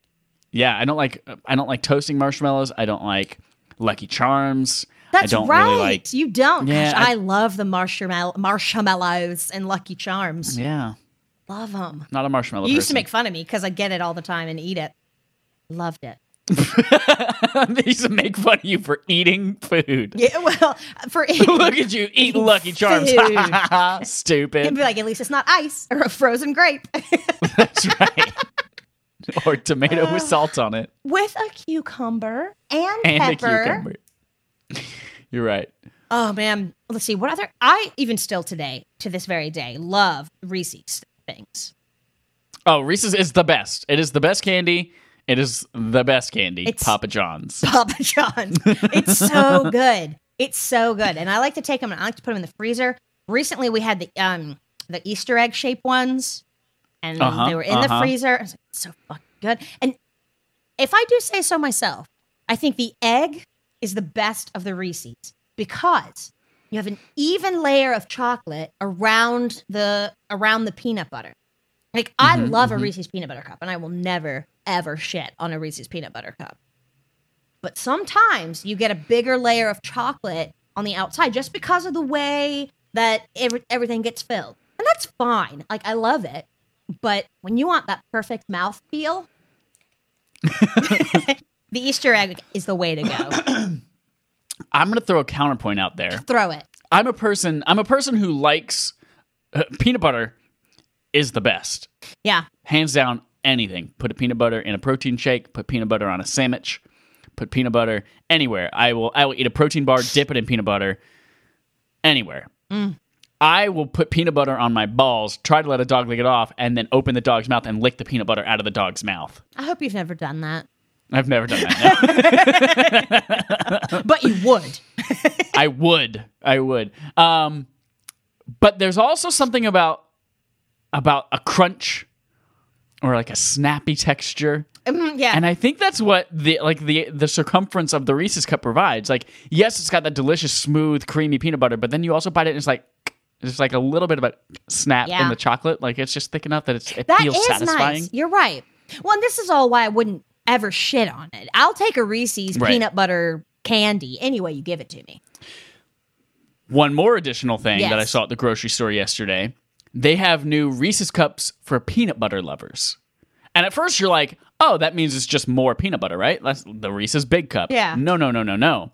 B: Yeah, I don't like. I don't like toasting marshmallows. I don't like Lucky Charms. I
C: That's
B: don't
C: right.
B: really like.
C: you don't.
B: Yeah,
C: Gosh,
B: I-
C: I, love the marshmallow marshmallows and Lucky Charms.
B: Yeah,
C: Love 'em. Love them.
B: not a marshmallow.
C: You used to
B: person.
C: make fun of me because I get it all the time and eat it. Loved
B: [laughs]
C: it.
B: they used to make fun of you for eating food.
C: Yeah. Well, for
B: [laughs] Look at you eating Lucky Charms.
C: Food. It'd
B: [laughs]
C: [laughs]
B: Stupid.
C: be like, at least it's not ice or a frozen grape
B: That's right. or tomato
C: Uh,
B: with salt on it
C: with a cucumber and,
B: and
C: pepper.
B: a cucumber. You're right.
C: Oh man, let's see what other. I even still today, to this very day, love Reese's things.
B: Oh, Reese's is the best. It is the best candy. It is the best candy.
C: It's-
B: Papa John's.
C: Papa John's. It's
B: [laughs]
C: so good. It's so good, and I like to take them and I like to put them in the freezer. Recently, we had the um the Easter egg shaped ones, and
B: Uh-huh,
C: they were in the
B: uh-huh.
C: freezer. I was like, It's so fucking good. And if I do say so myself, I think the egg is the best of the Reese's because you have an even layer of chocolate around the around the peanut butter. Like I
B: Mm-hmm,
C: love a Reese's peanut butter cup, and I will never ever shit on a Reese's peanut butter cup. But sometimes you get a bigger layer of chocolate on the outside just because of the way that every, everything gets filled. And that's fine. Like, I love it. But when you want that perfect mouth feel, [laughs] the Easter egg is the way to
B: [coughs]
C: go.
B: I'm gonna throw a counterpoint out there.
C: Throw it.
B: I'm a person. I'm a person who likes uh, peanut butter. Is the best,
C: Yeah.
B: hands down. Anything. Put a peanut butter in a protein shake. Put peanut butter on a sandwich. Put peanut butter anywhere. I will. I will eat a protein bar. Dip it in peanut butter. Anywhere. I will put peanut butter on my balls. Try to let a dog lick it off, and then open the dog's mouth and lick the peanut butter out of the dog's mouth.
C: I hope you've never done that.
B: I've never done that. No.
C: But you would.
B: I would. I would. Um, but there's also something about about a crunch or like a snappy texture.
C: Mm, yeah.
B: [coughs] And I think that's what the like the the circumference of the Reese's cup provides. Like, yes, it's got that delicious, smooth, creamy peanut butter, but then you also bite it and it's like there's like a little bit of a snap in
C: Yeah.
B: the chocolate. Like it's just thick enough that it's, it
C: That is
B: feels satisfying.
C: nice. You're right. Well, and this is all why I wouldn't ever shit on it. I'll take a Reese's
B: Right.
C: peanut butter candy any way you give it to me.
B: One more additional thing that I
C: Yes.
B: saw at the grocery store yesterday they have new Reese's cups for peanut butter lovers. And at first you're like, oh, that means it's just more peanut butter, right? That's the Reese's big cup.
C: Yeah.
B: No, no, no, no, no.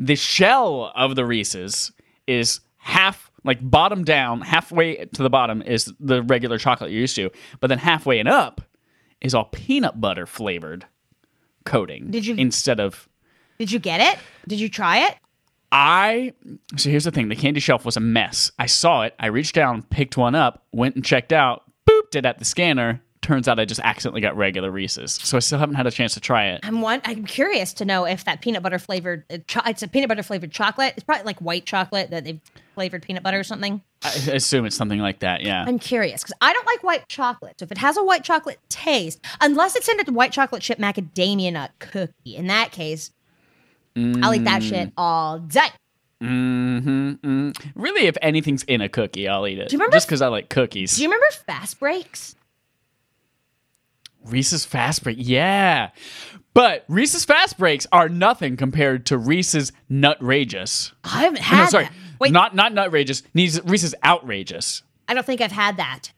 B: The shell of the Reese's is half, like bottom down, halfway to the bottom is the regular chocolate you're used to. But then halfway and up is all peanut butter flavored coating
C: Did you-
B: instead of
C: Did you get it? Did you try it?
B: I so here's the thing: the candy shelf was a mess. I saw it. I reached down, picked one up, went and checked out, booped it at the scanner. Turns out I just accidentally got regular Reese's, so I still haven't had a chance to try it.
C: I'm one. I'm curious to know if that peanut butter flavored. uh, Cho- it's a peanut butter flavored chocolate. It's probably like white chocolate that they've flavored peanut butter or something.
B: I assume it's something like that. Yeah,
C: I'm curious because I don't like white chocolate. So if it has a white chocolate taste, unless it's in a white chocolate chip macadamia nut cookie, in that case, I'll eat that
B: Mm.
C: shit all day.
B: really, if anything's in a cookie, I'll eat it.
C: Do you remember-
B: Just because I like cookies.
C: Do you remember fast breaks?
B: Reese's Fast Break, yeah. But Reese's Fast Breaks are nothing compared to Reese's Nutrageous.
C: I haven't
B: No,
C: had.
B: sorry,
C: that. Wait,
B: not not Nutrageous. Reese's- Reese's Outrageous.
C: I don't think I've had that.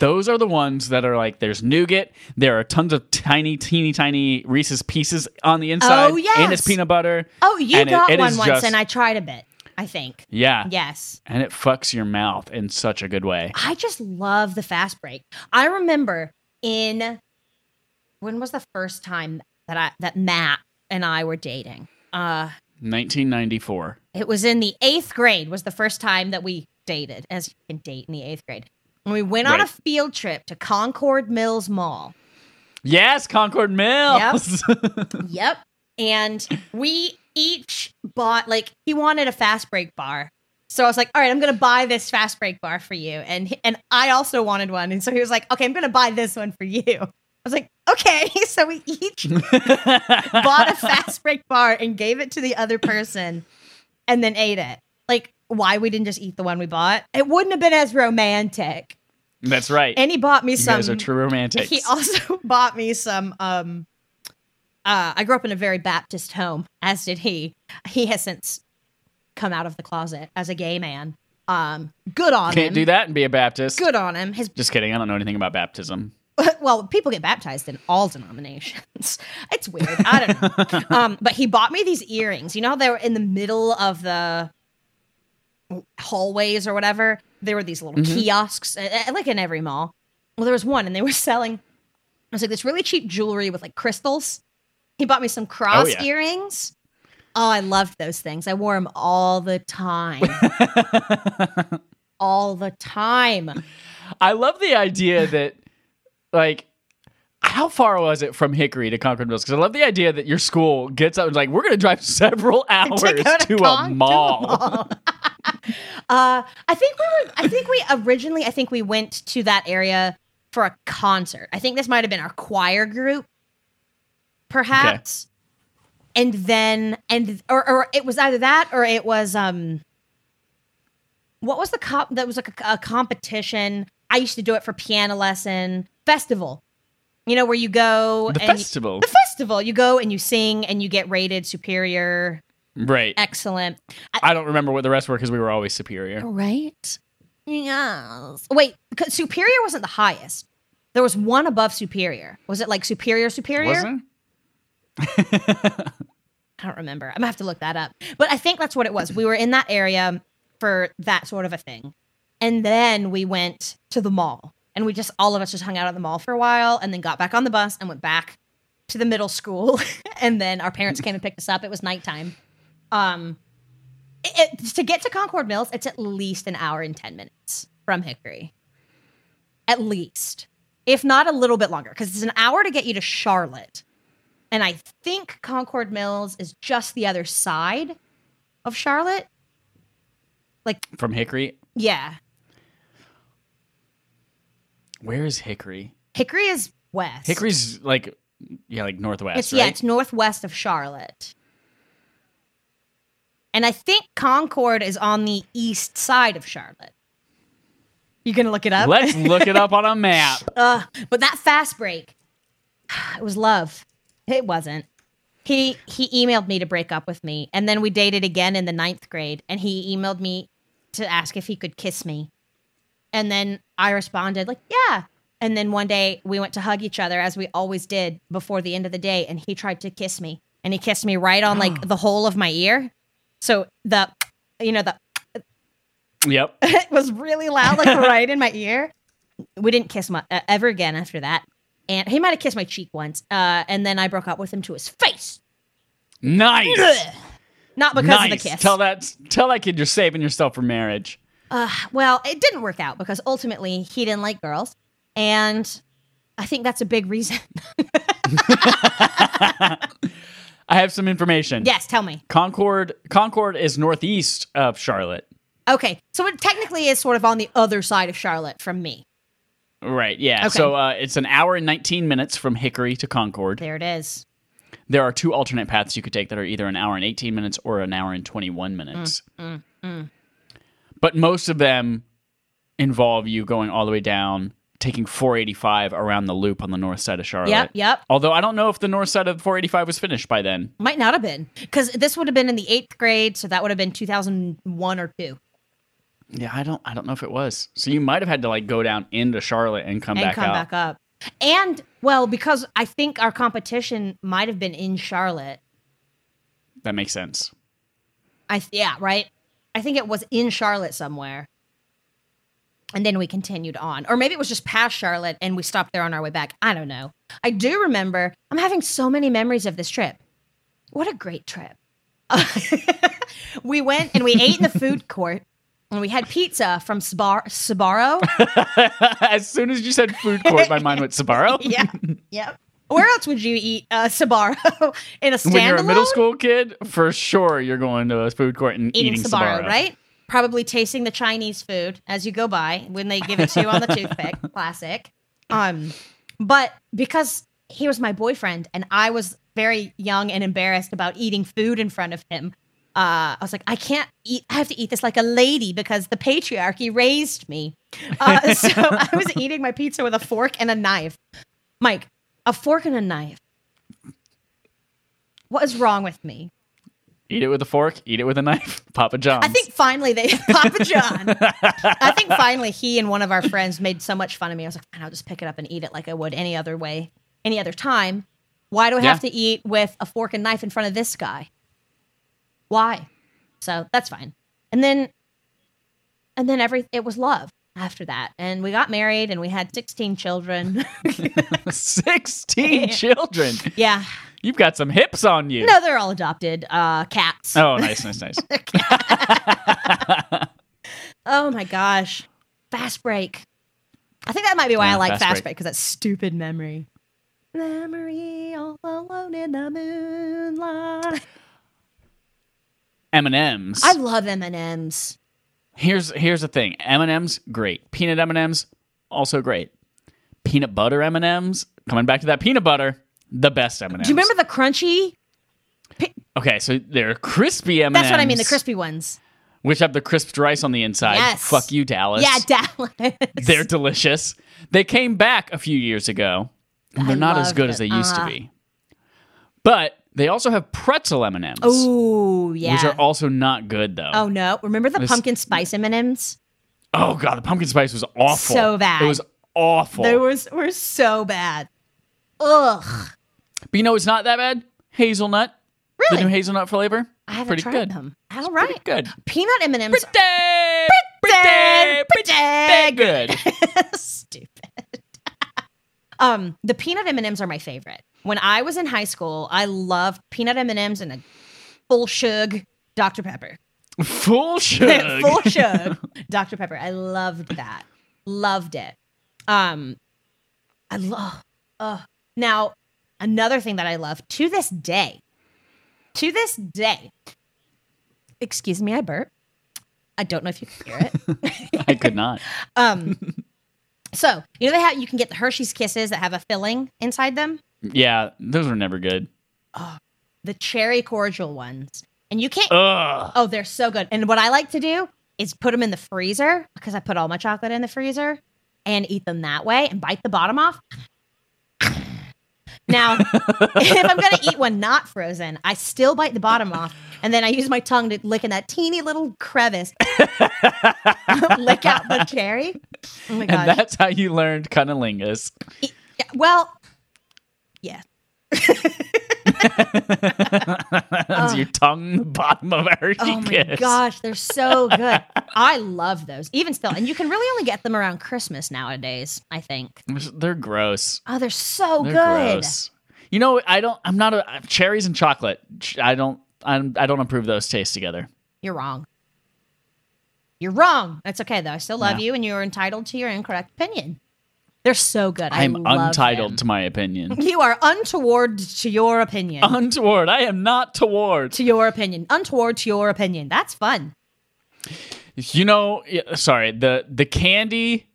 B: those are the ones that are like there's nougat there are tons of tiny teeny tiny reese's pieces on the inside
C: Oh, yes.
B: and it's peanut butter
C: Oh, you
B: And it-
C: got
B: it
C: one
B: is
C: once,
B: just-
C: and I tried a bit. I think.
B: yeah
C: Yes.
B: and it fucks your mouth in such a good way
C: I just love the fast break. I remember in when was the first time that I that Matt and I were dating? Uh
B: 1994
C: it was in the eighth grade was the first time that we dated, as you can date in the eighth grade. And we went on a
B: Right.
C: field trip to Concord Mills Mall.
B: yes concord mills
C: yep. And we each bought like he wanted a fast break bar. So I was like, all right, I'm gonna buy this fast break bar for you. And he- and I also wanted one. And so he was like, okay, I'm gonna buy this one for you. I was like, okay. [laughs] So we each bought a fast break bar and gave it to the other person and then ate it. Like, why we didn't just eat the one we bought? It wouldn't have been as romantic.
B: [laughs] that's right
C: And he [laughs] bought me
B: you
C: some
B: guys are true romantics
C: he also bought me some um Uh, I grew up in a very Baptist home, as did he. He has since come out of the closet as a gay man. Um, good on him.
B: Can't do that and be a Baptist.
C: Good on him. His
B: Just kidding. I don't know anything about baptism.
C: [laughs] well, people get baptized in all denominations. [laughs] It's weird. I don't know. um, but he bought me these earrings. You know how they were in the middle of the hallways or whatever? There were these little kiosks, uh, uh, like in every mall. Well, there was one, and they were [laughs] selling. It was like this really cheap jewelry with like crystals. He bought me some cross
B: yeah.
C: earrings. Oh, I loved those things. I wore them all the time. all the time.
B: I love the idea that, like, how far was it from Hickory to Concord Mills? Because I love the idea that your school gets up and is like, we're going to drive several [laughs] hours
C: go
B: to,
C: to Con-
B: a
C: to a
B: mall.
C: Uh, I think we were. I think we originally. I think we went to that area for a concert. I think this might have been our choir group, perhaps. And then, and or, or it was either that or it was um. What was the cop? That was like a, a competition. I used to do it for piano lesson festival. You know where you go
B: The
C: and you-
B: festival.
C: the festival. You go and you sing and you get rated superior,
B: right.
C: excellent. I-
B: I don't remember what the rest were because we were always superior.
C: Right? Yes. Wait, 'cause Superior wasn't the highest. There was one above Superior. Was it like Superior, Superior?
B: Was it?
C: I don't remember. I'm gonna have to look that up. But I think that's what it was. We were in that area for that sort of a thing. And then we went to the mall. And we just all of us just hung out at the mall for a while and then got back on the bus and went back to the middle school. [laughs] and then our parents came and picked us up. It was nighttime. Um it, it- to get to Concord Mills, it's at least an hour and 10 minutes from Hickory. At least. If not a little bit longer, because it's an hour to get you to Charlotte. And I think Concord Mills is just the other side of Charlotte. Like,
B: From Hickory?
C: yeah.
B: Where is Hickory?
C: Hickory is west.
B: Hickory's like, yeah, like northwest.
C: it's
B: right?
C: yeah, it's northwest of Charlotte. And I think Concord is on the east side of Charlotte. You gonna look it up?
B: [laughs] Let's look it up on a
C: [laughs]
B: map.
C: Ugh, but that fast break, [sighs] it was love. It wasn't. He he emailed me to break up with me, and then we dated again in the ninth grade. And he emailed me to ask if he could kiss me, and then I responded like, "Yeah." And then one day we went to hug each other as we always did before the end of the day, and he tried to kiss me, and he kissed me right on like the hole of my ear. So the, you know the
B: Yep.
C: it [laughs] was really loud,
B: [laughs]
C: like right in my ear. We didn't kiss mu- uh, ever again after that. And he might have kissed my cheek once. Uh, and then I broke up with him to his face.
B: Nice.
C: Not because
B: nice.
C: of the kiss.
B: Tell that tell that kid you're saving yourself for marriage.
C: well, it didn't work out because ultimately he didn't like girls. And I think that's a big reason. [laughs]
B: I have some information.
C: yes, tell me.
B: Concord Concord is northeast of Charlotte.
C: Okay. So it technically is sort of on the other side of Charlotte from me.
B: Right. Yeah.
C: Okay.
B: So uh, it's an hour and 19 minutes from Hickory to Concord.
C: There it is.
B: There are two alternate paths you could take that are either an hour and 18 minutes or an hour and
C: Mm,
B: 21 minutes. But most of them involve you going all the way down, taking 485 around the loop on the north side of Charlotte.
C: Yep, yep.
B: Although I don't know if the north side of 485 was finished by then.
C: Might not have been because this would have been in the eighth grade. So that would have been 2001 or two.
B: Yeah, I don't I don't know if it was. So you might have had to like go down into Charlotte and come
C: and
B: back
C: come
B: out.
C: back up. And well, because I think our competition might have been in Charlotte.
B: That makes sense.
C: I th- yeah, right. I think it was in Charlotte somewhere. And then we continued on. Or maybe it was just past Charlotte and we stopped there on our way back. I don't know. I do remember I'm having so many memories of this trip. What a great trip. [laughs] we went and we ate in the food court and we had pizza from Sbar- Sbarro.
B: as soon as you said food court, my mind went Sabaro.
C: [laughs]
B: [laughs]
C: yeah. Yep. Where else would you eat uh, Sbarro [laughs] in a standalone?
B: When you're a middle school kid, for sure you're going to a food court and
C: eating,
B: eating,
C: Sbarro,
B: Sbarro.
C: right? Probably tasting the Chinese food as you go by when they give it to you [laughs] on the toothpick. Classic. Um, but because he was my boyfriend and I was very young and embarrassed about eating food in front of him, uh, I was like, I can't eat. I have to eat this like a lady because the patriarchy raised me. [laughs] Uh, so I was eating my pizza with a fork and a knife. Mike, a fork and a knife. What is wrong with me?
B: Eat it with a fork. Eat it with a knife. [laughs] Papa John's.
C: I think finally they [laughs] Papa John. I think finally he and one of our friends made so much fun of me. I was like, "Fine, I'll just pick it up and eat it like I would any other way, any other time. Why do I have
B: Yeah.
C: to eat with a fork and knife in front of this guy? Why? So that's fine. And then, and then every it was love after that, and we got married and we had sixteen children. [laughs]
B: sixteen children.
C: yeah,
B: You've got some hips on you.
C: no, they're all adopted uh, cats.
B: Oh, nice, nice,
C: [laughs]
B: nice.
C: Oh my gosh. Fast break. I think that might be why
B: Yeah,
C: I like
B: Fast
C: fast,
B: Break.
C: break because that's stupid memory. Memory all alone in the moonlight.
B: M and M's.
C: I love M and M's.
B: Here's here's the thing. M and M's, great. Peanut M and M's, also great. Peanut butter M and M's. Coming back to that peanut butter, the best M and M's.
C: Do you remember the crunchy?
B: Okay, so they're crispy M and M's.
C: That's what I mean, the crispy ones.
B: which have the crisped rice on the inside.
C: Yes.
B: Fuck you, Dallas.
C: Yeah, Dallas.
B: they're delicious. They came back a few years ago. And they're
C: I
B: not as
C: love
B: good
C: it.
B: as they used to
C: Uh-huh.
B: be. But they also have pretzel M and M's, which
C: Ooh, yeah.
B: are also not good though.
C: oh no! Remember the pumpkin spice M and M's?
B: Oh god, the pumpkin spice was awful.
C: So bad.
B: It was awful.
C: They was were so bad. Ugh.
B: but you know it's not that bad. Hazelnut.
C: Really?
B: The new hazelnut flavor.
C: I haven't
B: pretty
C: tried
B: good.
C: them. All right.
B: Good.
C: Peanut M and M's.
B: Pretty, pretty, pretty good.
C: Stupid. um, the peanut M and M's are my favorite. When I was in high school, I loved peanut M and M's and a full shug Dr Pepper. [laughs]
B: Full sugar.
C: full shug Dr Pepper. I loved that. Loved it. Um, I love. Uh, now, another thing that I love to this day, to this day. Excuse me, I burp. I don't know if you can hear it.
B: I could not.
C: Um, so you know they have you can get the Hershey's Kisses that have a filling inside them,
B: Yeah, those were never good.
C: the cherry cordial ones, and you can't.
B: Ugh.
C: Oh, they're so good. And what I like to do is put them in the freezer because I put all my chocolate in the freezer and eat them that way and bite the bottom off. [sighs] Now, [laughs] if I'm going to eat one not frozen, I still bite the bottom off and then I use my tongue to lick in that teeny little crevice, [laughs] lick out the cherry. Oh my gosh.
B: And that's how you learned cunnilingus.
C: Yeah, well, yeah.
B: That's your tongue in the bottom of our [laughs]
C: Oh my gosh, they're so good. I love those, even still. And you can really only get them around Christmas nowadays, I think.
B: They're gross.
C: Oh, they're so
B: They're
C: good.
B: gross. You know, I don't. I'm not a cherries and chocolate. ch- I don't. I'm, I don't approve those tastes together.
C: You're wrong. You're wrong. That's okay, though. I still love
B: Yeah.
C: you, and you're entitled to your incorrect opinion. They're so good. I
B: I'm
C: love
B: untitled
C: them.
B: to my opinion. [laughs]
C: You are untoward to your opinion.
B: untoward. I am not toward.
C: to your opinion. Untoward to your opinion. That's fun.
B: You know, yeah, sorry. The the candy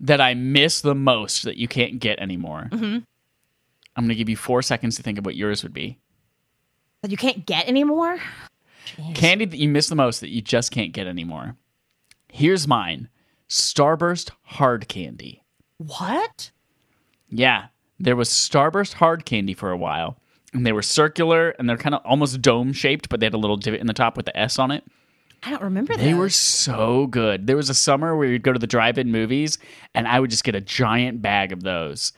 B: that I miss the most that you can't get anymore.
C: Mm-hmm.
B: I'm gonna give you four seconds to think of what yours would be.
C: But you can't get anymore.
B: Candy that you miss the most that you just can't get anymore. Here's mine Starburst hard candy.
C: What?
B: Yeah, there was Starburst hard candy for a while, and they were circular and they're kind of almost dome shaped, but they had a little divot in the top with the S on it.
C: I don't remember
B: They
C: those.
B: were so good. There was a summer where you'd go to the drive in movies, and I would just get a giant bag of those.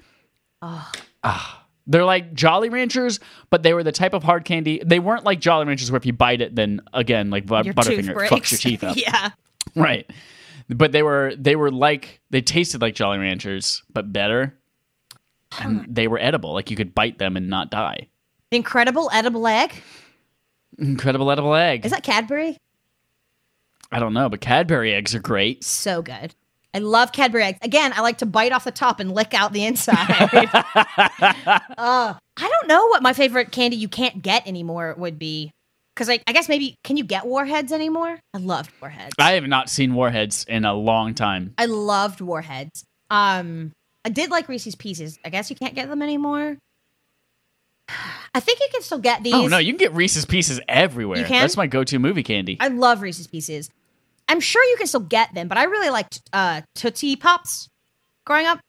B: Ah. They're like Jolly Ranchers, but they were the type of hard candy. They weren't like Jolly Ranchers where if you bite it, then again, like bu-
C: Your
B: Butterfinger, it
C: tooth
B: fucks
C: breaks. [laughs]
B: your teeth up.
C: yeah.
B: [laughs] Right. But they were they were like they tasted like Jolly Ranchers, but better. And they were edible. Like you could bite them and not die.
C: The Incredible Edible Egg.
B: Incredible edible egg.
C: Is that Cadbury?
B: I don't know, but Cadbury eggs are great.
C: So good. I love Cadbury eggs. Again, I like to bite off the top and lick out the
B: [laughs]
C: inside. uh, I don't know what my favorite candy you can't get anymore would be. Because I, I guess maybe, can you get warheads anymore? I loved warheads.
B: I have not seen warheads in a long time.
C: I loved warheads. Um, I did like Reese's Pieces. I guess you can't get them anymore. [sighs] I think you can still get these.
B: Oh no, you can get Reese's pieces everywhere.
C: You can?
B: That's my go to movie candy.
C: I love Reese's Pieces. I'm sure you can still get them, but I really liked uh, Tootsie Pops growing up.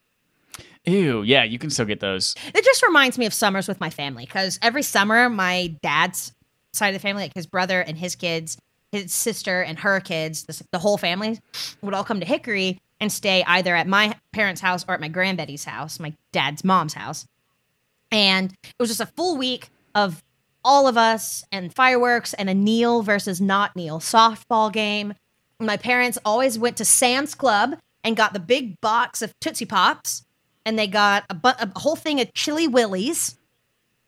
B: Ew, yeah, you can still get those.
C: It just reminds me of summers with my family because every summer, my dad's side of the family, like his brother and his kids, his sister and her kids, this, the whole family would all come to Hickory and stay either at my parents' house or at my grandbetty's house, my dad's mom's house. And it was just a full week of all of us and fireworks and a Neil versus not Neil softball game. My parents always went to Sam's Club and got the big box of Tootsie Pops and they got a, bu- a whole thing of Chili Willies,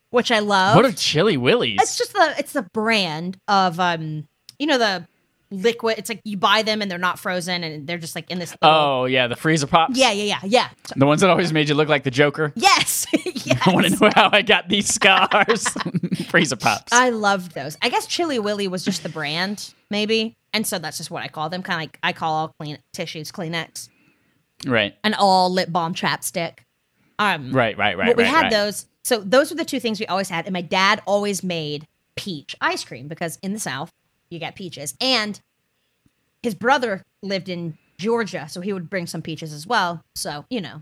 C: which I love.
B: What are chili willies?
C: it's just the it's the brand of um you know the liquid. It's like you buy them and they're not frozen and they're just like in this. little-
B: oh yeah, the freezer pops.
C: yeah, yeah, yeah, yeah. So-
B: the ones that always made you look like the Joker.
C: yes, [laughs]
B: [laughs] I want
C: yes.
B: to know how I
C: [laughs]
B: got these scars. [laughs] freezer pops.
C: I loved those. I guess Chili Willy was just the brand, maybe, and so that's just what I call them. Kind of like I call all clean tissues Kleenex
B: right,
C: and all lip balm chapstick. Um,
B: right, right, right.
C: but we
B: right,
C: had
B: right.
C: those. So those were the two things we always had. And my dad always made peach ice cream because in the South you get peaches. And his brother lived in Georgia, so he would bring some peaches as well. So you know,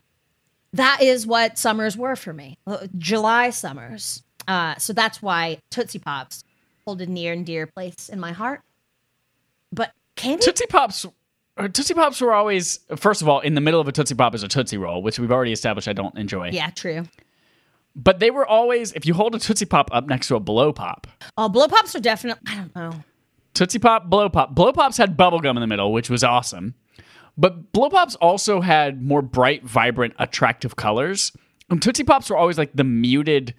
C: that is what summers were for me. Uh, July summers. Uh, so that's why Tootsie Pops hold a near and dear place in my heart. But candy,
B: Tootsie Pops. or Tootsie Pops were always, first of all, in the middle of a Tootsie Pop is a Tootsie Roll, which we've already established I don't enjoy.
C: yeah, true.
B: But they were always, if you hold a Tootsie Pop up next to a Blow Pop,
C: Oh, blow pops are definitely. I don't know.
B: Tootsie Pop, Blow Pop. Blow Pops had bubblegum in the middle, which was awesome. But Blow Pops also had more bright, vibrant, attractive colors. And Tootsie Pops were always like the muted,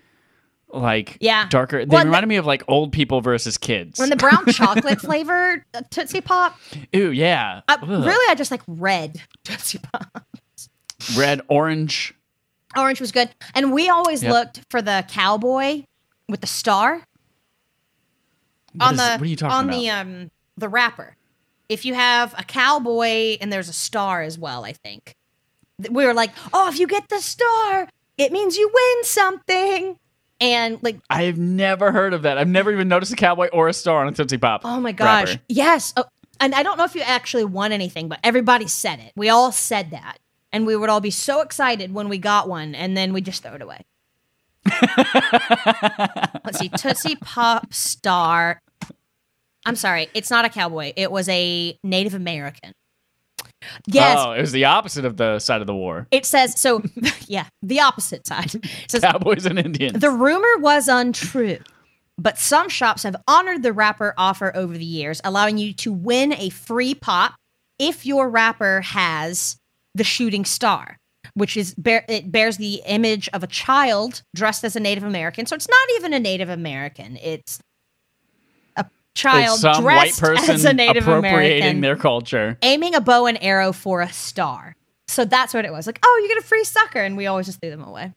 B: like
C: Yeah.
B: darker. They
C: Well, and
B: reminded me of like old people versus kids.
C: When the
B: [laughs]
C: brown chocolate flavor uh, Tootsie Pop,
B: Ooh, yeah.
C: Uh,
B: Ugh.
C: really, I just like red [laughs] Tootsie Pop.
B: Red, orange.
C: Orange was good, and we always
B: Yep.
C: looked for the cowboy with the star
B: What
C: on
B: is-
C: the
B: what are you talking
C: on
B: about?
C: the um the wrapper. If you have a cowboy and there's a star as well, I think Th- we were like, oh, if you get the star, it means you win something, and like.
B: I've never heard of that. I've never even noticed a cowboy or a star on a Tootsie Pop.
C: Oh my gosh.
B: wrapper.
C: Yes. Oh, and I don't know if you actually won anything, but everybody said it. We all said that. And we would all be so excited when we got one, and then we just throw it away. Let's see. Tootsie Pop Star. I'm sorry. It's not a cowboy. It was a Native American. Yes.
B: Oh, it was the opposite of the side of the war. [laughs]
C: It says, so, [laughs] yeah, the opposite side. It says,
B: Cowboys and Indians.
C: the rumor was untrue, but some shops have honored the wrapper offer over the years, allowing you to win a free pop if your wrapper has the shooting star, which is bear, it bears the image of a child dressed as a Native American. So it's not even a Native American; it's a child
B: It's some white
C: dressed [laughs]
B: person
C: as a Native
B: appropriating
C: American,
B: their culture.
C: aiming a bow and arrow for a star. So that's what it was like. Oh, you get a free sucker, and we always just threw them away.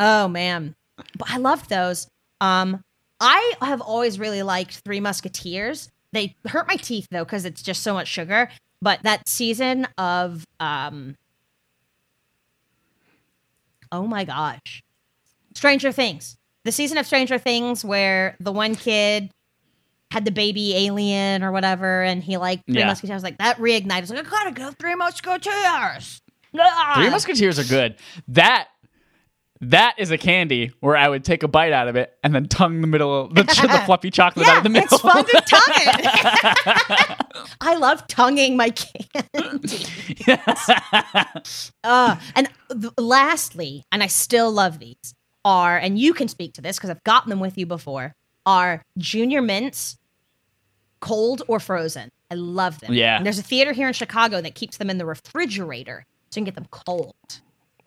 C: oh man, but I loved those. Um, I have always really liked Three Musketeers. They hurt my teeth though because it's just so much sugar. But that season of um, oh my gosh, Stranger Things. The season of Stranger Things where the one kid had the baby alien or whatever, and he like Three
B: Yeah.
C: Musketeers. Like that reignited. It's like I gotta go Three Musketeers.
B: Three
C: Ah!
B: Musketeers are good. That that is a candy where I would take a bite out of it and then tongue the middle,
C: [laughs]
B: the, [laughs] the fluffy chocolate out of the middle.
C: It's fun to tongue it.
B: [laughs]
C: I love tonguing my candy. uh, and th- lastly, and I still love these, are, and you can speak to this because I've gotten them with you before, are junior mints, cold or frozen. I love them.
B: Yeah.
C: And there's a theater here in Chicago that keeps them in the refrigerator so you can get them cold.
B: [laughs]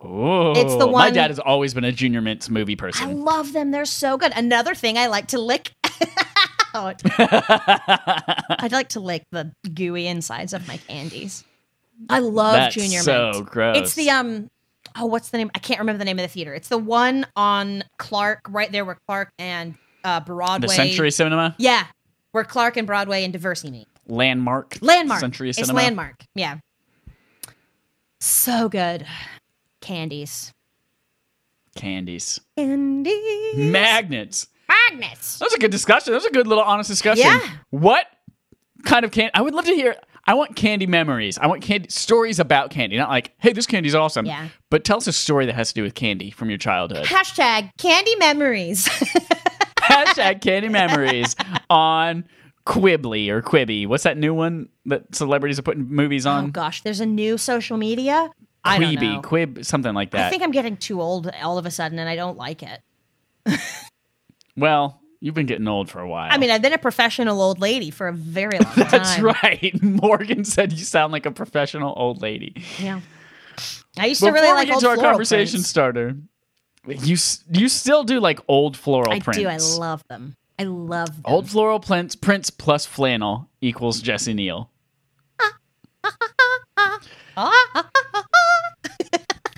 B: Ooh.
C: It's the
B: My
C: one-
B: dad has always been a Junior Mints movie
C: I
B: person.
C: love them. They're so good. Another thing I like to lick [laughs]
B: [laughs]
C: out. I'd like to lick the gooey insides of my candies. I love
B: That's
C: Junior
B: so
C: Mint.
B: gross.
C: It's the um oh what's the name? I can't remember the name of the theater. It's the one on Clark, right there where Clark and uh Broadway
B: the Century Cinema
C: Yeah. Where Clark and Broadway and Diversity meet.
B: landmark.
C: Landmark.
B: Century
C: it's
B: Cinema.
C: landmark. Yeah. So good. Candies.
B: Candies.
C: Candies.
B: Magnets.
C: Magnets.
B: That was a good discussion. That was a good little honest discussion.
C: Yeah.
B: What kind of candy? I would love to hear. I want candy memories. I want candy stories about candy. Not like, hey, this candy's awesome.
C: Yeah.
B: But tell us a story that has to do with candy from
C: [laughs]
B: your childhood.
C: Hashtag candy memories. [laughs]
B: Hashtag candy memories on Quibbly or Quibby. What's that new one that celebrities are putting movies
C: oh
B: on?
C: gosh, there's a new social media. Oh, I don't know.
B: Quibby, Quib, something like that.
C: I think I'm getting too old all of a sudden, and I don't like it.
B: well, you've been getting old for a while.
C: I mean, I've been a professional old lady for a very long time.
B: [laughs] that's right. Morgan said you sound like a professional old lady.
C: Yeah. I used
B: Before
C: to really like
B: we get
C: old
B: to our
C: floral
B: conversation
C: prints.
B: starter, you s- you still do like old floral
C: I
B: prints. Oh,
C: do. I love them. I love them.
B: Old floral prints, prints plus flannel equals Jesse Neal.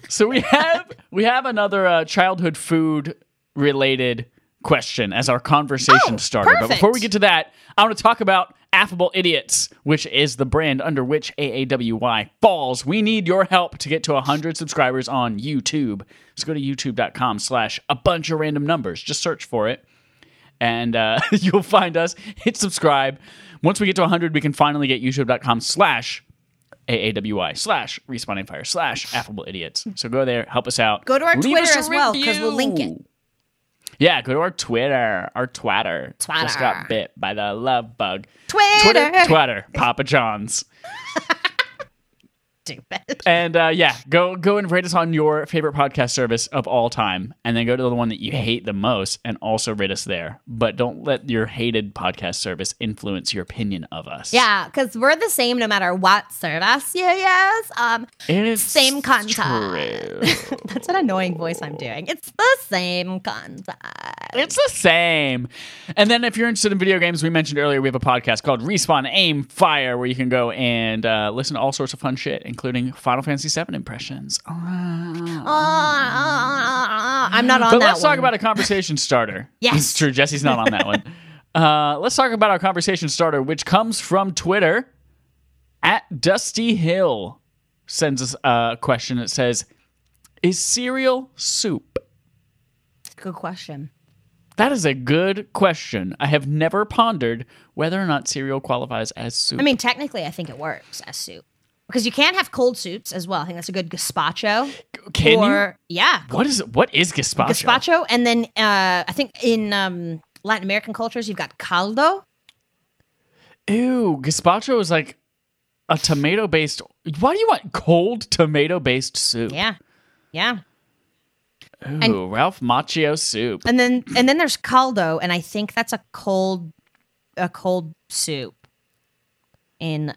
B: so we have we have another uh, childhood food related question as our conversation
C: Oh,
B: starter. But before we
C: perfect.
B: get to that, I want to talk about Affable Idiots, which is the brand under which AAWY falls. We need your help to get to 100 subscribers on YouTube. Just go to youtube.com slash a bunch of random numbers. Just search for it and uh, [laughs] you'll find us. Hit subscribe. Once we get to 100, we can finally get youtube.com slash AAWI slash Respawning Fire slash Affable Idiots. So go there, help us out.
C: Go to our
B: Leave us
C: Twitter
B: a
C: as well, 'cause we'll
B: review.
C: link it.
B: Yeah, go to our Twitter. Our Twitter.
C: Twitter.
B: Just got bit by the love bug.
C: Twitter.
B: Twitter. Twitter. Papa John's.
C: [laughs] Stupid.
B: And uh, yeah, go go and rate us on your favorite podcast service of all time, and then go to the one that you hate the most, and also rate us there. But don't let your hated podcast service influence your opinion of us.
C: Yeah, because we're the same no matter what service you use. Um, [laughs]
B: it is
C: Same content.
B: true.
C: that's an annoying voice I'm doing. It's the same concept.
B: It's the same. And then if you're interested in video games, we mentioned earlier we have a podcast called Respawn Aim Fire, where you can go and uh, listen to all sorts of fun shit, including Final Fantasy VII impressions. Ah.
C: I'm not on
B: But
C: that
B: let's
C: one.
B: talk about a conversation starter.
C: [laughs] Yes.
B: It's [laughs] true. Jesse's not on that one. Uh, let's talk about our conversation starter, which comes from Twitter. At Dusty Hill sends us a question that says, Is cereal soup?
C: Good question.
B: That is a good question. I have never pondered whether or not cereal qualifies as soup.
C: I mean, technically, I think it works as soup because you can have cold soups as well. I think that's a good gazpacho.
B: Can
C: or yeah,
B: you? What is what is gazpacho?
C: gazpacho, and then uh, I think in um, Latin American cultures, you've got caldo.
B: Ew, gazpacho is like a tomato based. Why do you want cold tomato based soup?
C: Yeah, yeah,
B: Ooh, Ralph Macchio soup.
C: and then and then there's caldo, and I think that's a cold, a cold soup in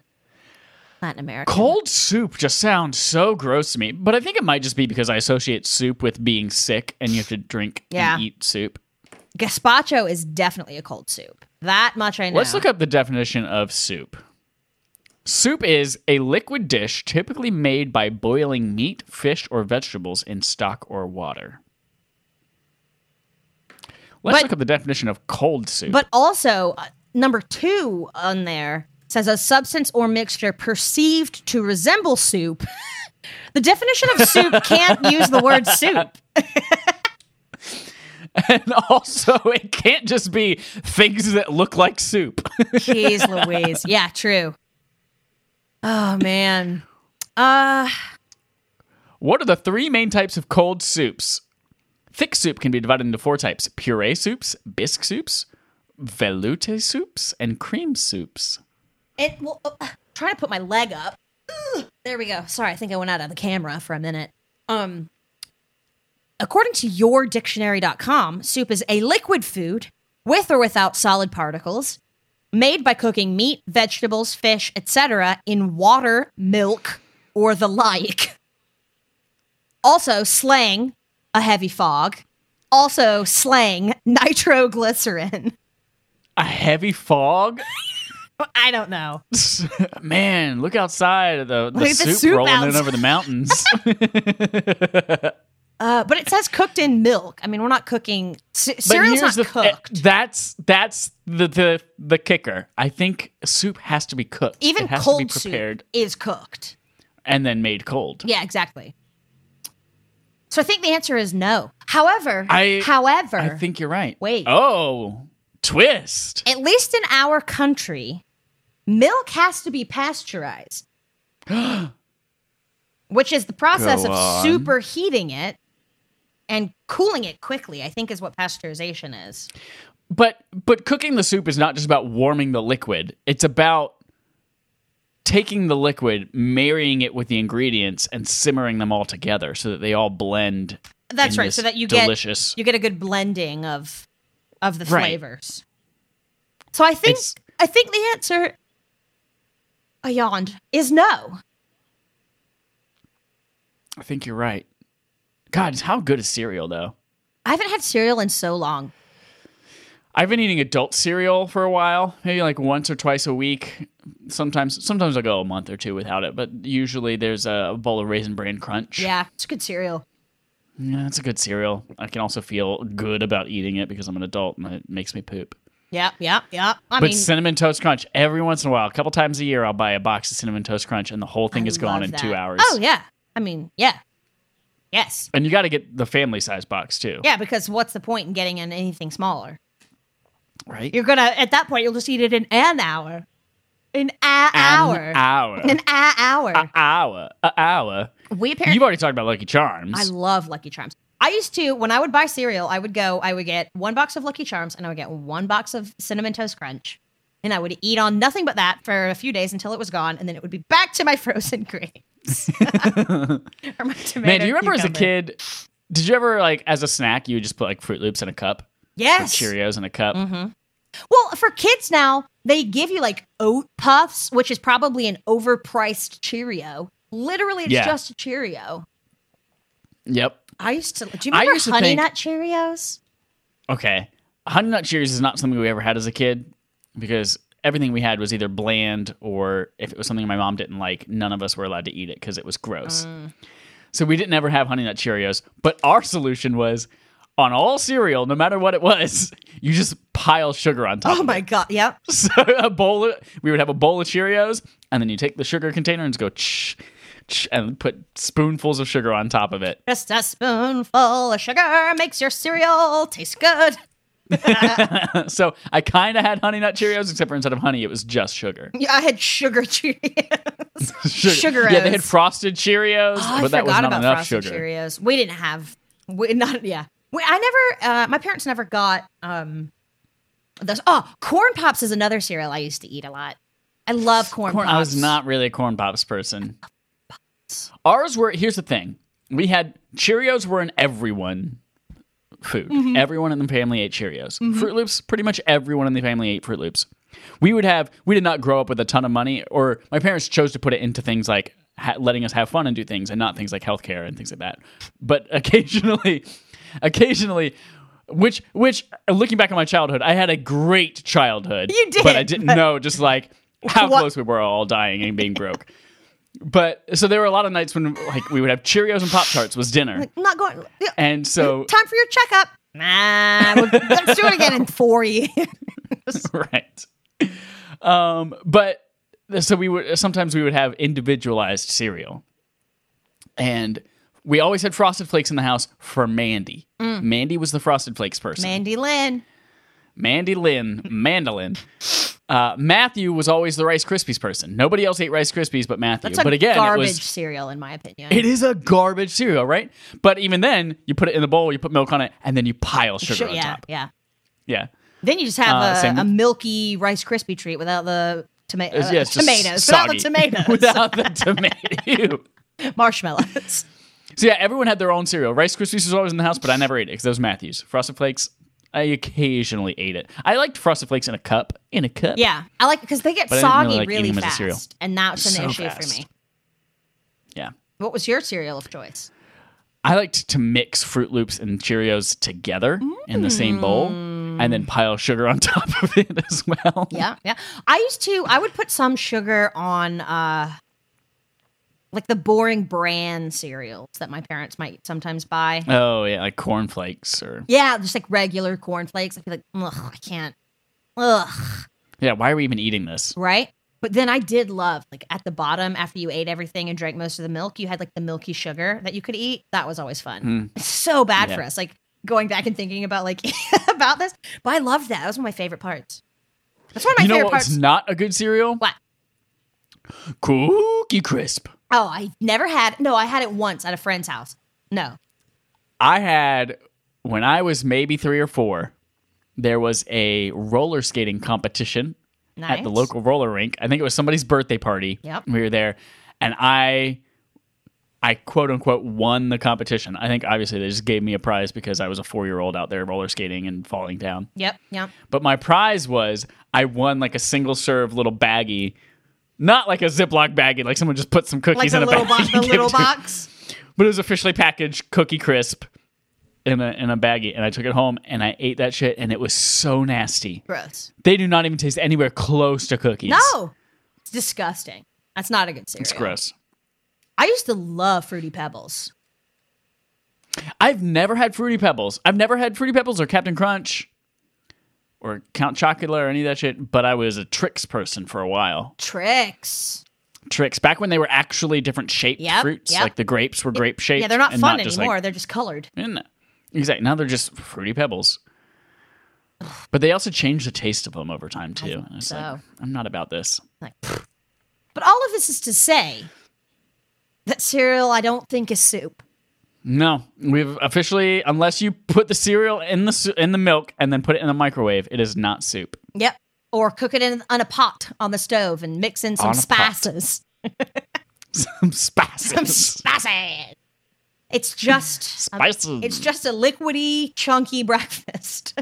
C: Latin America.
B: Cold soup just sounds so gross to me, but I think it might just be because I associate soup with being sick and you have to drink
C: Yeah.
B: and eat soup.
C: Gazpacho is definitely a cold soup. That much I know.
B: Let's look up the definition of soup. Soup is a liquid dish typically made by boiling meat, fish, or vegetables in stock or water. Let's
C: But-
B: look up the definition of cold soup.
C: But also, uh, number two on there says a substance or mixture perceived to resemble soup. [laughs] the definition of soup can't use the word soup.
B: and [laughs] also, it can't just be things that look like soup.
C: Jeez Louise. Yeah, true. Oh, man. Uh,
B: What are the three main types of cold soups? Thick soup can be divided into four types puree soups, bisque soups, velouté soups, and cream soups.
C: it, well, uh, trying to put my leg up. Ugh, there we go. Sorry, I think I went out of the camera for a minute. Um, according to yourdictionary.com, soup is a liquid food with or without solid particles made by cooking meat, vegetables, fish, etc. in water, milk, or the like. Also, slang, a heavy fog. Also, slang, [laughs] nitroglycerin.
B: A heavy fog? [laughs]
C: I don't know.
B: Man, look outside of the, the
C: Look at the
B: soup,
C: soup
B: rolling in
C: outside.
B: over
C: [laughs]
B: the mountains.
C: Uh, but it says cooked in milk. I mean, we're not cooking. C-
B: but
C: cereal's not
B: the
C: cooked.
B: that's that's the, the the kicker. I think soup has to be cooked.
C: Even
B: it has
C: cold
B: to be prepared
C: soup is cooked.
B: and then made cold.
C: Yeah, exactly. So I think the answer is no. However,
B: I-
C: however,
B: I think you're right.
C: Wait.
B: Oh, twist.
C: at least in our country, milk has to be
B: [gasps]
C: pasteurized, which is the process
B: Go
C: of
B: on.
C: superheating it and cooling it quickly, I think is what pasteurization is.
B: But but cooking the soup is not just about warming the liquid. It's about taking the liquid, marrying it with the ingredients, and simmering them all together so that they all blend.
C: That's
B: in
C: right. So
B: this
C: that you
B: delicious-
C: get you get a good blending of of the
B: Right.
C: flavors. So I think
B: It's-
C: I think the answer I yawned is no.
B: I think you're right. God, how good is cereal though?
C: I haven't had cereal in so long.
B: I've been eating adult cereal for a while, maybe like once or twice a week. Sometimes, sometimes I'll go a month or two without it, but usually there's a bowl of raisin bran crunch.
C: Yeah, it's good cereal.
B: yeah, that's a good cereal. I can also feel good about eating it because I'm an adult and it makes me poop.
C: Yeah, yeah, yeah. I
B: but
C: mean,
B: cinnamon toast crunch every once in a while, a couple times a year, I'll buy a box of cinnamon toast crunch and the whole thing
C: I
B: is gone
C: love
B: in
C: that.
B: two hours.
C: Oh yeah. I mean, yeah. Yes.
B: And you got to get the family size box too,
C: Yeah, because what's the point in getting in anything smaller?
B: right?
C: You're gonna at that point you'll just eat it in an hour. An a- hour.
B: An hour, Uh,
C: An a- hour.
B: a hour, a hour.
C: we apparently
B: You've already talked about Lucky Charms.
C: I love Lucky Charms. I used to when I would buy cereal, I would go, I would get one box of Lucky Charms and I would get one box of cinnamon toast crunch. And I would eat on nothing but that for a few days until it was gone, and then it would be back to my [laughs] frozen
B: [laughs]
C: grapes. or my tomato
B: Man, do you remember as a
C: cucumber.
B: kid? Did you ever like as a snack? You would just put like Fruit Loops in a cup,
C: Yes. Mm-hmm.
B: Cheerios in a cup.
C: Well, for kids now, they give you like oat puffs, which is probably an overpriced Cheerio. Literally, it's
B: Yeah.
C: just a Cheerio.
B: Yep.
C: I used to. Do you
B: I
C: remember
B: used to
C: Honey
B: think-
C: Nut Cheerios?
B: Okay. Honey Nut Cheerios is not something we ever had as a kid because everything we had was either bland or if it was something my mom didn't like, none of us were allowed to eat it because it was gross. So we didn't ever have Honey Nut Cheerios. But our solution was on all cereal, no matter what it was, [laughs] you just pile sugar on top.
C: Oh my god! Yep.
B: [laughs] So a bowl of, we would have a bowl of Cheerios, and then you take the sugar container and just go ch, ch, and put spoonfuls of sugar on top of it. [laughs]
C: Just a spoonful of sugar makes your cereal taste good. [laughs]
B: So I kind of had Honey Nut Cheerios, except for instead of honey, it was just sugar.
C: Yeah, I had sugar [laughs] Cheerios. Sugar
B: Yeah, they had
C: O's.
B: frosted Cheerios,
C: Oh, I
B: but that was
C: forgot about
B: not enough
C: Frosted
B: sugar.
C: Cheerios. We didn't have. We, not yeah. We, I never. Uh, my parents never got. um those, Oh, corn pops is another cereal I used to eat a lot. I love corn,
B: Corn,
C: pops.
B: I was not really a corn pops person. Ours were. Here's the thing: we had Cheerios were in everyone food.
C: Mm-hmm.
B: Everyone in the family ate Cheerios. Fruit Loops. Pretty much everyone in the family ate Fruit Loops. We would have. We did not grow up with a ton of money, or my parents chose to put it into things like ha- letting us have fun and do things, and not things like healthcare and things like that. But [laughs] occasionally, occasionally. Which, which, looking back on my childhood, I had a great childhood.
C: You did,
B: but I [laughs] didn't
C: but-
B: know just like how
C: What-
B: close we were all dying and being broke. But so there were a lot of nights when like we would have Cheerios and Pop Tarts was dinner,
C: I'm not going. yeah,
B: and so
C: Time for your checkup. Nah, we'll- let's do it again in [laughs] four years.
B: [laughs] right. Um, but so we would sometimes we would have individualized cereal, and we always had Frosted Flakes in the house for Mandy.
C: Mm.
B: Mandy was the Frosted Flakes person.
C: Mandy Lynn.
B: Mandy Lynn, Mandolin. Uh, Matthew was always the Rice Krispies person. Nobody else ate Rice Krispies but Matthew.
C: It's a
B: but again, it
C: garbage
B: was
C: cereal, in my opinion.
B: It is a garbage cereal, right? But even then, you put it in the bowl, you put milk on it, and then you pile sugar
C: Sure,
B: on
C: yeah,
B: top.
C: yeah.
B: Yeah.
C: Then you just have
B: Uh, same
C: a, a
B: with-
C: milky Rice crispy treat without the toma-
B: It's-
C: uh,
B: yeah, it's just
C: tomatoes. Without the
B: soggy. [laughs]
C: tomatoes.
B: Without the tomato. [laughs]
C: marshmallows. [laughs]
B: so yeah, everyone had their own cereal. Rice Krispies was always in the house, but I never ate it because that was Matthew's. Frosted Flakes, I occasionally ate it. I liked Frosted Flakes in a cup. In a cup.
C: yeah, I like because they get
B: But I didn't really
C: soggy
B: like
C: really,
B: eating them as a
C: fast,
B: cereal.
C: and that's an
B: So
C: issue for
B: fast.
C: me.
B: Yeah.
C: What was your cereal of choice?
B: I liked to mix Fruit Loops and Cheerios together in the same bowl and then pile sugar on [laughs] top of it as well.
C: Yeah, yeah. I used to. I would put some sugar on, uh like the boring brand cereals that my parents might sometimes buy.
B: Oh, yeah, like Corn Flakes or.
C: Yeah, just like regular cornflakes. I'd be like, ugh, I can't. Ugh.
B: Yeah, why are we even eating this?
C: right? But then I did love, like at the bottom, after you ate everything and drank most of the milk, you had like the milky sugar that you could eat. That was always fun. It's so bad
B: Hmm. Yeah.
C: for [laughs] us. Like going back and thinking about like about this, but I loved that. That was one of my favorite parts. That's one of my
B: you know
C: favorite
B: what
C: parts.
B: was not a good cereal?
C: What?
B: Cookie Crisp.
C: Oh, I never had. No, I had it once at a friend's house. No.
B: I had when I was maybe three or four. There was a roller skating competition
C: Nice.
B: at the local roller rink. I think it was somebody's birthday party.
C: Yep.
B: We were there, and I, I quote unquote won the competition. I think obviously they just gave me a prize because I was a four year old out there roller skating and falling down.
C: Yep. Yep.
B: But my prize was I won like a single serve little baggie, not like a Ziploc baggie, like someone just put some cookies
C: Like
B: in
C: the
B: a
C: little,
B: baggie
C: bo-
B: and [laughs]
C: the
B: gave
C: little
B: it to me.
C: box.
B: But it was officially packaged cookie crisp in a in a baggie, and I took it home and I ate that shit, and it was so nasty.
C: Gross.
B: They do not even taste anywhere close to cookies.
C: No. It's disgusting. That's not a good cereal.
B: it's gross.
C: I used to love Fruity Pebbles.
B: I've never had fruity pebbles. I've never had fruity pebbles or Captain Crunch or Count Chocula or any of that shit. But I was a tricks person for a while.
C: Tricks.
B: Tricks back when they were actually different shaped
C: Yep,
B: fruits,
C: yep.
B: like the grapes were grape shaped.
C: Yeah, they're not
B: and
C: fun
B: just, like,
C: anymore. they're just colored.
B: In exactly. Now they're just fruity pebbles. But they also change the taste of them over time too. And it's
C: so.
B: like, I'm not about this.
C: But all of this is to say that cereal I don't think is soup.
B: No, we've officially unless you put the cereal in the su- in the milk and then put it in the microwave, it is not soup. [laughs]
C: Yep. Or cook it in on a pot on the stove and mix in some
B: On a pot.
C: spices. [laughs]
B: Some spices.
C: Some spices. It's just a-
B: Spices.
C: It's just a liquidy, chunky [laughs]
B: [laughs]
C: breakfast.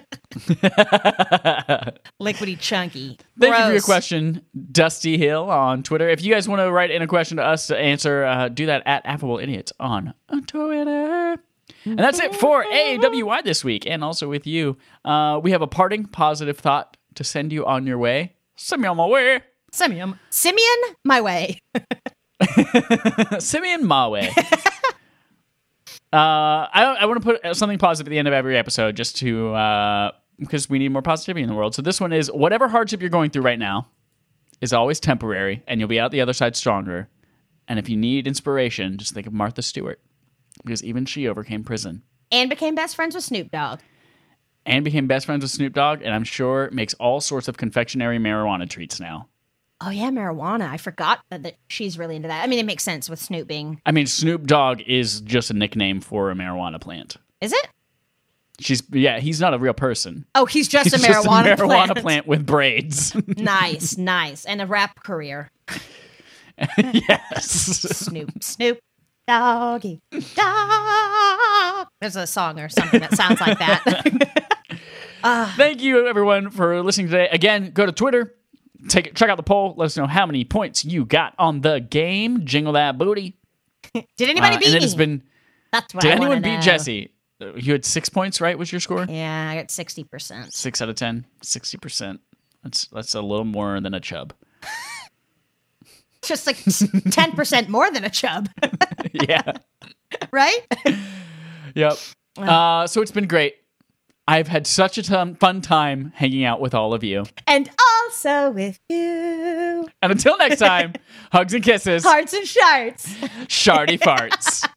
C: liquidy, chunky.
B: Thank you for your
C: Gross.
B: question, Dusty Hill on Twitter. If you guys want to write in a question to us to answer, uh, do that at Affable Idiots on Twitter. And that's it for AWI this week, and also with you. Uh, we have a parting positive thought to send you on your way. Send me on my way.
C: Simeon, Simeon, my way.
B: Send me in my way. uh, I, I want to put something positive at the end of every episode just to, uh, because we need more positivity in the world. So this one is whatever hardship you're going through right now is always temporary, and you'll be out the other side stronger. And if you need inspiration, just think of Martha Stewart, because even she overcame prison
C: And became best friends with Snoop Dogg.
B: and became best friends with Snoop Dogg, and I'm sure makes all sorts of confectionery marijuana treats now.
C: Oh yeah, marijuana. I forgot that, that she's really into that. I mean, it makes sense with Snoop being.
B: I mean, Snoop Dogg is just a nickname for a marijuana plant.
C: Is it?
B: She's yeah, he's not a real person.
C: Oh, he's just,
B: He's
C: a, marijuana
B: just a marijuana
C: plant.
B: plant. with braids.
C: [laughs]
B: [laughs]
C: nice, nice, and a rap career.
B: yes.
C: Snoop, Snoop, doggy, dog. There's a song or something that sounds like
B: [laughs] Uh,
C: that.
B: Thank you everyone for listening today. Again, go to Twitter, take check out the poll, let us know how many points you got on the game. Jingle that booty.
C: Did anybody
B: Uh,
C: beat
B: and
C: me?
B: it has been
C: That's what
B: Did
C: I wanna
B: anyone beat
C: know.
B: Jesse? Uh, You had 6 points, right? Was your score?
C: Yeah, I got sixty percent.
B: 6 out of 10, 60%. That's that's a little more than a chub. [laughs]
C: Just like ten percent more than a chub, [laughs]
B: Yeah.
C: right?
B: [laughs] Yep. Uh, so it's been great. I've had such a ton, fun time hanging out with all of you.
C: and also with you, [laughs]
B: And until next time, hugs and kisses,
C: hearts and shards. [laughs]
B: shardy farts.